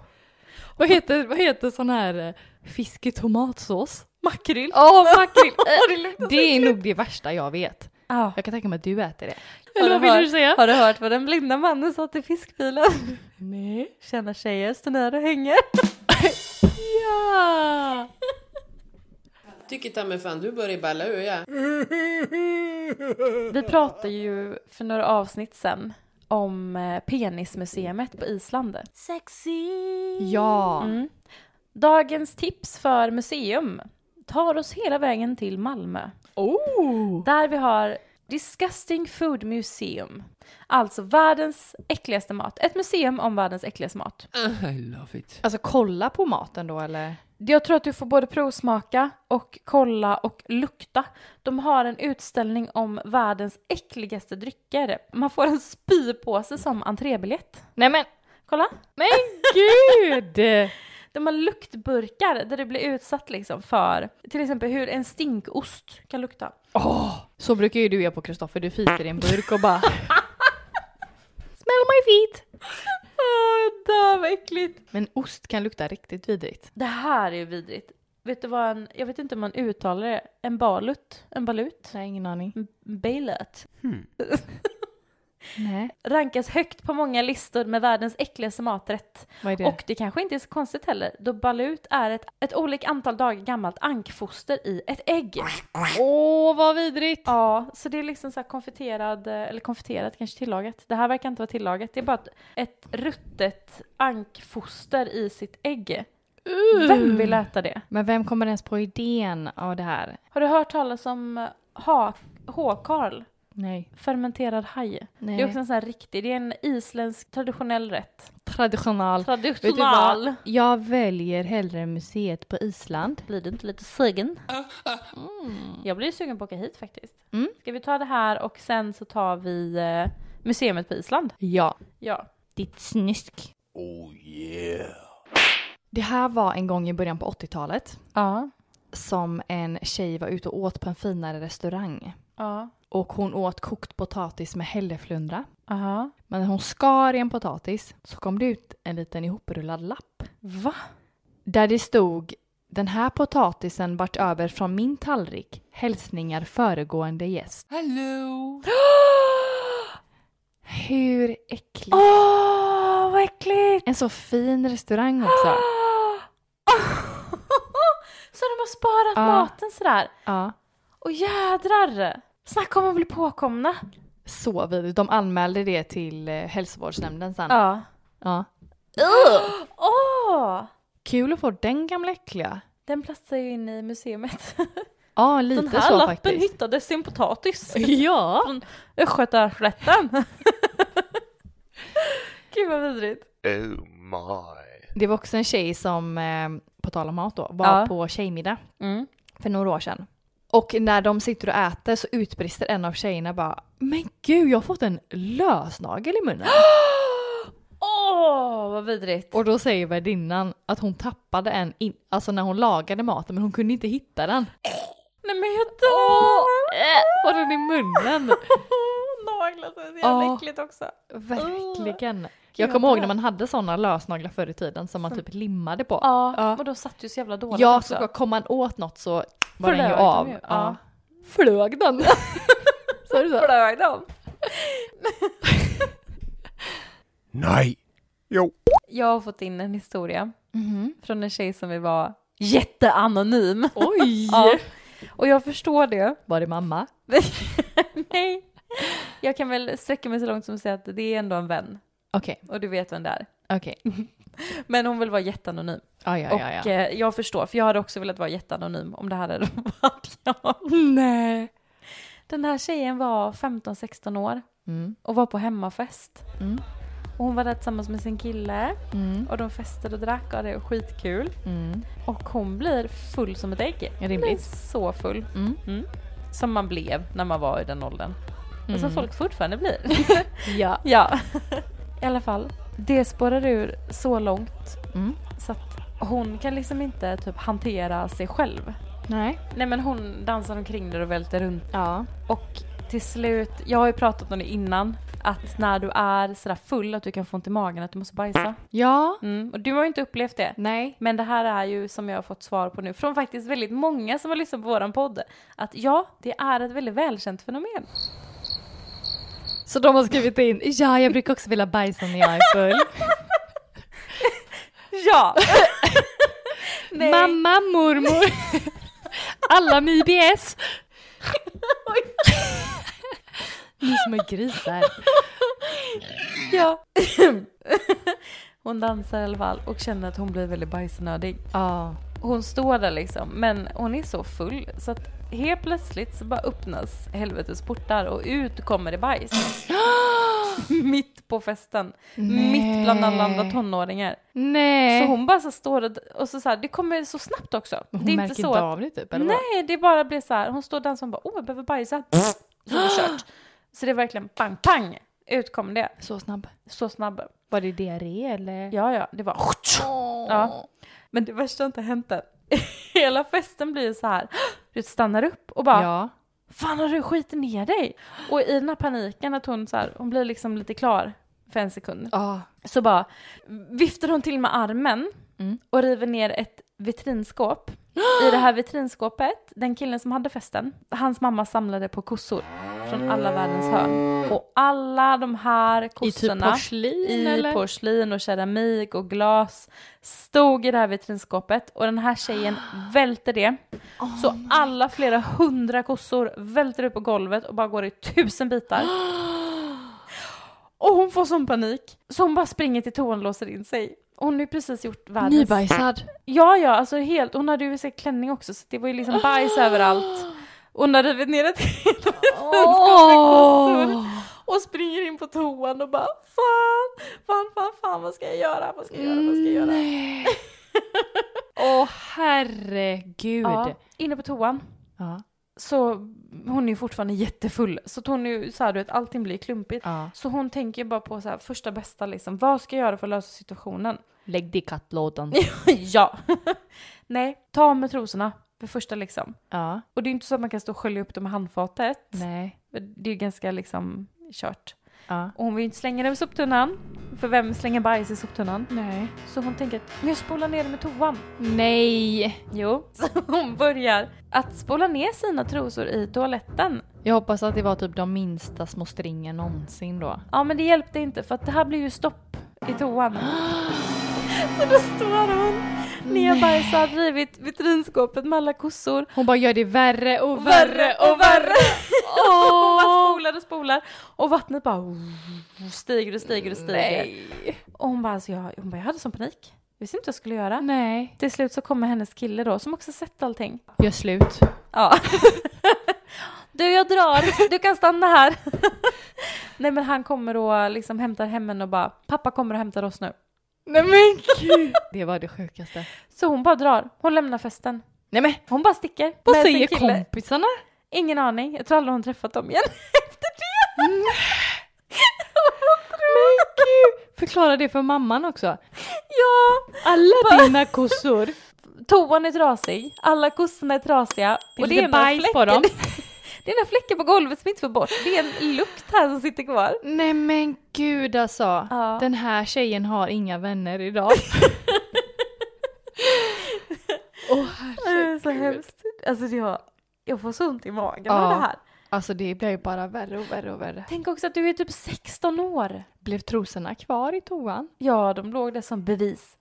Speaker 2: Vad heter, vad heter sån här eh, fisk i tomatsås?
Speaker 1: makrill.
Speaker 2: Åh, makrill!
Speaker 1: Eh, det luktar så
Speaker 2: det är nog det värsta jag vet.
Speaker 1: Ja.
Speaker 2: Jag kan tänka mig att du äter det.
Speaker 1: Eller vad vill du
Speaker 2: säga?
Speaker 1: Har du hört vad den blinda mannen sa till fiskbilen?
Speaker 2: Nej.
Speaker 1: Tjena tjejer, stå nära och hänger.
Speaker 2: Ja!
Speaker 5: Tycker ta mig fan du börjar balla ur ja.
Speaker 1: Vi pratade ju för några avsnitt sen om eh, penismuseet på Island.
Speaker 2: Ja.
Speaker 1: Mm. Dagens tips för museum tar oss hela vägen till Malmö.
Speaker 2: Oh!
Speaker 1: Där vi har Disgusting Food Museum. Alltså världens äckligaste mat. Ett museum om världens äckligaste mat.
Speaker 3: I love it.
Speaker 2: Alltså kolla på maten då eller?
Speaker 1: Jag tror att du får både provsmaka och kolla och lukta. De har en utställning om världens äckligaste drycker. Man får en spypåse som entrébiljett.
Speaker 2: Nej men
Speaker 1: Kolla!
Speaker 2: men gud!
Speaker 1: De har luktburkar där du blir utsatt liksom för till exempel hur en stinkost kan lukta.
Speaker 2: Så brukar ju du göra på Kristoffer, du fiser i en burk och bara Smell my feet!
Speaker 1: Åh, där vad äckligt!
Speaker 2: Men ost kan lukta riktigt vidrigt.
Speaker 1: Det här är ju vidrigt. Vet du vad en, jag vet inte om man uttalar det, en balut? En balut?
Speaker 2: Nej, ingen aning.
Speaker 1: En Balut.
Speaker 2: Nej.
Speaker 1: Rankas högt på många listor med världens äckligaste maträtt.
Speaker 2: Vad är det?
Speaker 1: Och det kanske inte är så konstigt heller, då balut är ett, ett olika antal dagar gammalt ankfoster i ett ägg.
Speaker 2: Åh, vad vidrigt!
Speaker 1: Ja, så det är liksom så här konfiterad, eller konfiterat kanske tillagat. Det här verkar inte vara tillagat, det är bara ett, ett ruttet ankfoster i sitt ägg. Vem vill äta det?
Speaker 2: Men vem kommer ens på idén av det här?
Speaker 1: Har du hört talas om eh, ha- H-Karl?
Speaker 2: Nej.
Speaker 1: Fermenterad haj.
Speaker 2: Nej.
Speaker 1: Det är också en sån här riktig, det är en isländsk traditionell rätt.
Speaker 2: Traditional. Vet du vad?
Speaker 1: Traditional.
Speaker 2: Jag väljer hellre museet på Island.
Speaker 1: Blir du inte lite sugen? Jag blir sugen på att åka hit faktiskt.
Speaker 2: Mm.
Speaker 1: Ska vi ta det här och sen så tar vi eh, museet på Island?
Speaker 2: Ja.
Speaker 1: Ja.
Speaker 2: Ditt snysk.
Speaker 3: Oh yeah.
Speaker 2: Det här var en gång i början på 80-talet
Speaker 1: Ja.
Speaker 2: som en tjej var ute och åt på en finare restaurang.
Speaker 1: Ja.
Speaker 2: Och hon åt kokt potatis med hälleflundra.
Speaker 1: Aha.
Speaker 2: Men när hon skar i en potatis så kom det ut en liten ihoprullad lapp.
Speaker 1: Va?
Speaker 2: Där det stod “Den här potatisen vart över från min tallrik. Hälsningar föregående gäst”.
Speaker 3: Hello.
Speaker 2: Hur äckligt!
Speaker 1: Åh, vad äckligt!
Speaker 2: En så fin restaurang också.
Speaker 1: så de har sparat
Speaker 2: Ja.
Speaker 1: maten sådär?
Speaker 2: Ja.
Speaker 1: Och jädrar! Snacka om att bli påkomna!
Speaker 2: Så vidrigt. De anmälde det till eh, hälsovårdsnämnden sen.
Speaker 1: Ja.
Speaker 2: Ja.
Speaker 1: Åh!
Speaker 2: Kul att få den gamla äckliga.
Speaker 1: Den platsar ju inne i museet.
Speaker 2: Ja,
Speaker 1: Den
Speaker 2: lite
Speaker 1: här
Speaker 2: så
Speaker 1: lappen
Speaker 2: faktiskt.
Speaker 1: hittades i en potatis.
Speaker 2: Ja.
Speaker 1: Från Östgötaslätten. Gud vad vidrigt.
Speaker 6: Oh my.
Speaker 2: Det var också en tjej som, eh, på tal om mat då, var
Speaker 1: Ja.
Speaker 2: på tjejmiddag
Speaker 1: Mm.
Speaker 2: för några år sedan. Och när de sitter och äter så utbrister en av tjejerna bara “Men gud, jag har fått en lösnagel i munnen”.
Speaker 1: Åh, vad vidrigt.
Speaker 2: och då säger värdinnan att hon tappade en, in, alltså när hon lagade maten men hon kunde inte hitta den.
Speaker 1: Nej men jag dör! eh.
Speaker 2: Var den i munnen?
Speaker 1: Naglar så jävla
Speaker 2: Ja.
Speaker 1: äckligt också.
Speaker 2: Verkligen. Jag kommer ihåg när man hade sådana lösnaglar förr i tiden som man typ limmade på.
Speaker 1: Ja,
Speaker 2: Ja.
Speaker 1: och de satt ju så jävla dåligt
Speaker 2: Ja,
Speaker 1: också.
Speaker 2: så kom- kom man åt något så var
Speaker 1: Flög
Speaker 2: den ju
Speaker 1: de
Speaker 2: av.
Speaker 1: ju,
Speaker 2: Ja.
Speaker 1: ja.
Speaker 2: Flög den? Sa du så?
Speaker 1: Flög de?
Speaker 3: Nej. Jo.
Speaker 1: Jag har fått in en historia
Speaker 2: Mhm.
Speaker 1: från en tjej som vill vara jätteanonym.
Speaker 2: Oj!
Speaker 1: Ja. Och jag förstår det.
Speaker 2: Var det mamma?
Speaker 1: Nej. Jag kan väl sträcka mig så långt som att säga att det är ändå en vän.
Speaker 2: Okej,
Speaker 1: Och du vet vem det är.
Speaker 2: okej.
Speaker 1: Men hon vill vara jätteanonym.
Speaker 2: Ja, ja, ja.
Speaker 1: Och eh, jag förstår, för jag hade också velat vara jätteanonym om det här hade varit jag.
Speaker 2: Nej.
Speaker 1: Den här tjejen var 15-16 år
Speaker 2: Mm.
Speaker 1: och var på hemmafest.
Speaker 2: Mm.
Speaker 1: Och hon var där tillsammans med sin kille
Speaker 2: Mm.
Speaker 1: och de festade och drack och det var skitkul.
Speaker 2: Mm.
Speaker 1: Och hon blir full som ett ägg. Hon blir
Speaker 2: Rimligt.
Speaker 1: så full.
Speaker 2: Mm.
Speaker 1: Som man blev när man var i den åldern. Och som
Speaker 2: Mm.
Speaker 1: folk fortfarande blir.
Speaker 2: Ja.
Speaker 1: Ja. I alla fall, det spårar ur så långt
Speaker 2: Mm.
Speaker 1: så att hon kan liksom inte typ hantera sig själv.
Speaker 2: Nej.
Speaker 1: Nej men hon dansar omkring där och välter runt.
Speaker 2: Ja.
Speaker 1: Och till slut, jag har ju pratat om det innan, att när du är sådär full att du kan få ont i magen att du måste bajsa.
Speaker 2: Ja.
Speaker 1: Mm. Och du har ju inte upplevt det.
Speaker 2: Nej.
Speaker 1: Men det här är ju som jag har fått svar på nu från faktiskt väldigt många som har lyssnat på våran podd. Att ja, det är ett väldigt välkänt fenomen.
Speaker 2: Så de har skrivit in, ja jag brukar också vilja bajsa när jag är full.
Speaker 1: Ja! Nej.
Speaker 2: Mamma, mormor, alla med IBS. Ni som är grisar.
Speaker 1: Ja. hon dansar i alla fall och känner att hon blir väldigt bajsnödig.
Speaker 2: Ja.
Speaker 1: Hon står där liksom, men hon är så full så att helt plötsligt så bara öppnas helvetes portar och ut kommer det bajs. Mitt på festen. Mitt bland alla andra tonåringar.
Speaker 2: Nej.
Speaker 1: Så hon bara så står och, och så, så här, det kommer så snabbt också.
Speaker 2: Men hon
Speaker 1: det är
Speaker 2: märker
Speaker 1: inte
Speaker 2: inte,
Speaker 1: så att,
Speaker 2: av det typ? Eller vad?
Speaker 1: Nej, det bara blir så här. Hon står och dansar och bara, åh, jag behöver bajsa. Så är det kört. Så det är verkligen pang, pang. Ut kom det.
Speaker 2: Så snabb.
Speaker 1: Så snabb.
Speaker 2: Var det diarré eller?
Speaker 1: Ja, ja, det var... Ja. Men det värsta har inte hänt än. Hela festen blir så här, du stannar upp och bara,
Speaker 2: Ja.
Speaker 1: fan har du skitit ner dig? Och i den här paniken att hon så här, hon blir liksom lite klar för en sekund.
Speaker 2: Ja.
Speaker 1: Så bara viftar hon till med armen
Speaker 2: Mm.
Speaker 1: och river ner ett vitrinskåp. I det här vitrinskåpet, den killen som hade festen, hans mamma samlade på kossor från alla världens hörn. Och alla de här kossorna
Speaker 2: typ porslin
Speaker 1: i porslin och keramik och glas stod i det här vitrinskåpet och den här tjejen välte det. så alla flera hundra kossor välter upp på golvet och bara går i tusen bitar. och hon får sån panik så hon bara springer till toan och låser in sig. Hon har ju precis gjort världens...
Speaker 2: Nybajsad.
Speaker 1: Ja, ja, alltså helt. Hon hade ju sig klänning också så det var ju liksom bajs överallt. Och hon har rivit ner ett helt vinskap med kossor.
Speaker 2: Åh!
Speaker 1: Och springer in på toan och bara fan, fan, fan, fan vad ska jag göra, vad ska jag göra, vad ska jag göra?
Speaker 2: Nej. Åh herregud.
Speaker 1: Ja, inne på toan.
Speaker 2: Ja.
Speaker 1: Så hon är ju fortfarande jättefull. Så att hon är ju så här, du vet, allting blir klumpigt.
Speaker 2: Ja.
Speaker 1: Så hon tänker ju bara på så här, första bästa liksom, vad ska jag göra för att lösa situationen?
Speaker 2: Lägg det i kattlådan.
Speaker 1: ja! Nej, ta av med trosorna för första liksom.
Speaker 2: ja.
Speaker 1: Och det är ju inte så att man kan stå och skölja upp dem med handfatet.
Speaker 2: Nej.
Speaker 1: För Det är ju ganska liksom kört.
Speaker 2: Ja.
Speaker 1: Och hon vill ju inte slänga dem i soptunnan. För vem slänger bajs i soptunnan?
Speaker 2: Nej.
Speaker 1: Så hon tänker att men jag spolar ner dem i toan.
Speaker 2: Nej.
Speaker 1: Jo, så hon börjar att spola ner sina trosor i toaletten.
Speaker 2: Jag hoppas att det var typ de minsta små stringen någonsin då.
Speaker 1: Ja men det hjälpte inte för att det här blir ju stopp i toan. Så då står hon nerbajsad, rivit vitrinskåpet med alla kossor.
Speaker 2: Hon bara gör det värre och värre och värre.
Speaker 1: Hon bara spolar och spolar och vattnet bara stiger och stiger och stiger. Och hon bara, alltså jag, hon bara, jag hade sån panik. Jag visste inte vad jag skulle göra.
Speaker 2: Nej.
Speaker 1: Till slut så kommer hennes kille då som också sett allting.
Speaker 2: Gör slut.
Speaker 1: Ja. Du, jag drar. Du kan stanna här. Nej, men han kommer och liksom hämtar hem henne och bara “pappa kommer och hämtar oss nu”.
Speaker 2: Nej men gud. Det var det sjukaste.
Speaker 1: Så hon bara drar. Hon lämnar festen.
Speaker 2: Nej men
Speaker 1: Hon bara sticker.
Speaker 2: vad
Speaker 1: med sin
Speaker 2: säger
Speaker 1: kille.
Speaker 2: kompisarna?
Speaker 1: Ingen aning. Jag tror aldrig hon träffat dem igen efter det. Vad
Speaker 2: Men
Speaker 1: tror du?
Speaker 2: gud. Förklara det för mamman också.
Speaker 1: Ja!
Speaker 2: Alla dina kossor.
Speaker 1: Toan är trasig, alla kossorna är trasiga och det är,
Speaker 2: lite
Speaker 1: några
Speaker 2: bajs på
Speaker 1: fläckar,
Speaker 2: dem.
Speaker 1: det är några fläckar på golvet som inte får bort. Det är en lukt här som sitter kvar.
Speaker 2: Nej men gud alltså.
Speaker 1: Ja.
Speaker 2: Den här tjejen har inga vänner idag. Åh
Speaker 1: Det är
Speaker 2: herregud.
Speaker 1: så hemskt. Alltså det har, jag får så ont i magen
Speaker 2: Ja.
Speaker 1: av det här.
Speaker 2: Alltså det blir ju bara värre och värre och värre.
Speaker 1: Tänk också att du är typ 16 år.
Speaker 2: Blev trosorna kvar i toan?
Speaker 1: Ja, de låg där som bevis.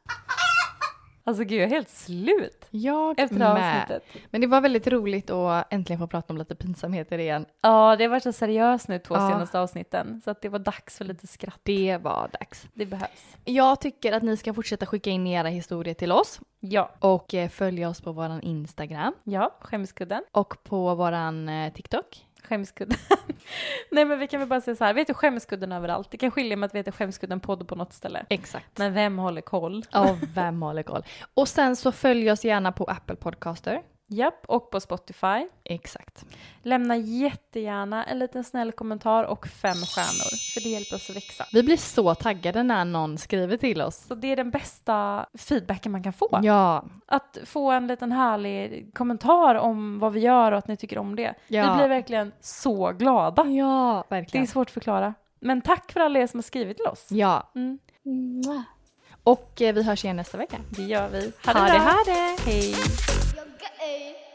Speaker 1: Alltså gud, jag är helt slut
Speaker 2: Jag
Speaker 1: efter det här
Speaker 2: med.
Speaker 1: avsnittet.
Speaker 2: Men det var väldigt roligt att äntligen få prata om lite pinsamheter igen.
Speaker 1: Ja, det har varit så seriöst nu två
Speaker 2: Ja.
Speaker 1: senaste avsnitten så att det var dags för lite skratt.
Speaker 2: Det var dags.
Speaker 1: Det behövs.
Speaker 2: Jag tycker att ni ska fortsätta skicka in era historier till oss
Speaker 1: Ja,
Speaker 2: och eh, följa oss på våran Instagram
Speaker 1: ja, skämskudden.
Speaker 2: och på våran eh, TikTok.
Speaker 1: Skämskudden. Nej men vi kan väl bara säga så här, vi heter Skämskudden överallt. Det kan skilja med att vi heter Skämskudden podd på något ställe.
Speaker 2: Exakt.
Speaker 1: Men vem håller koll?
Speaker 2: Ja, vem håller koll? Och sen så följ oss gärna på Apple Podcaster.
Speaker 1: Japp, och på Spotify.
Speaker 2: Exakt.
Speaker 1: Lämna jättegärna en liten snäll kommentar och fem stjärnor, för det hjälper oss att växa.
Speaker 2: Vi blir så taggade när någon skriver till oss.
Speaker 1: Så det är den bästa feedbacken man kan få.
Speaker 2: Ja,
Speaker 1: Att få en liten härlig kommentar om vad vi gör och att ni tycker om det.
Speaker 2: Ja.
Speaker 1: Vi blir verkligen så glada.
Speaker 2: ja,
Speaker 1: Det är
Speaker 2: verkligen.
Speaker 1: svårt att förklara. Men tack för alla er som har skrivit till oss.
Speaker 2: Ja,
Speaker 1: Mm,
Speaker 2: och eh, vi hörs igen nästa vecka.
Speaker 1: det gör vi.
Speaker 2: Ha det,
Speaker 1: bra.
Speaker 2: ha det!
Speaker 1: Hej!
Speaker 6: You're gay.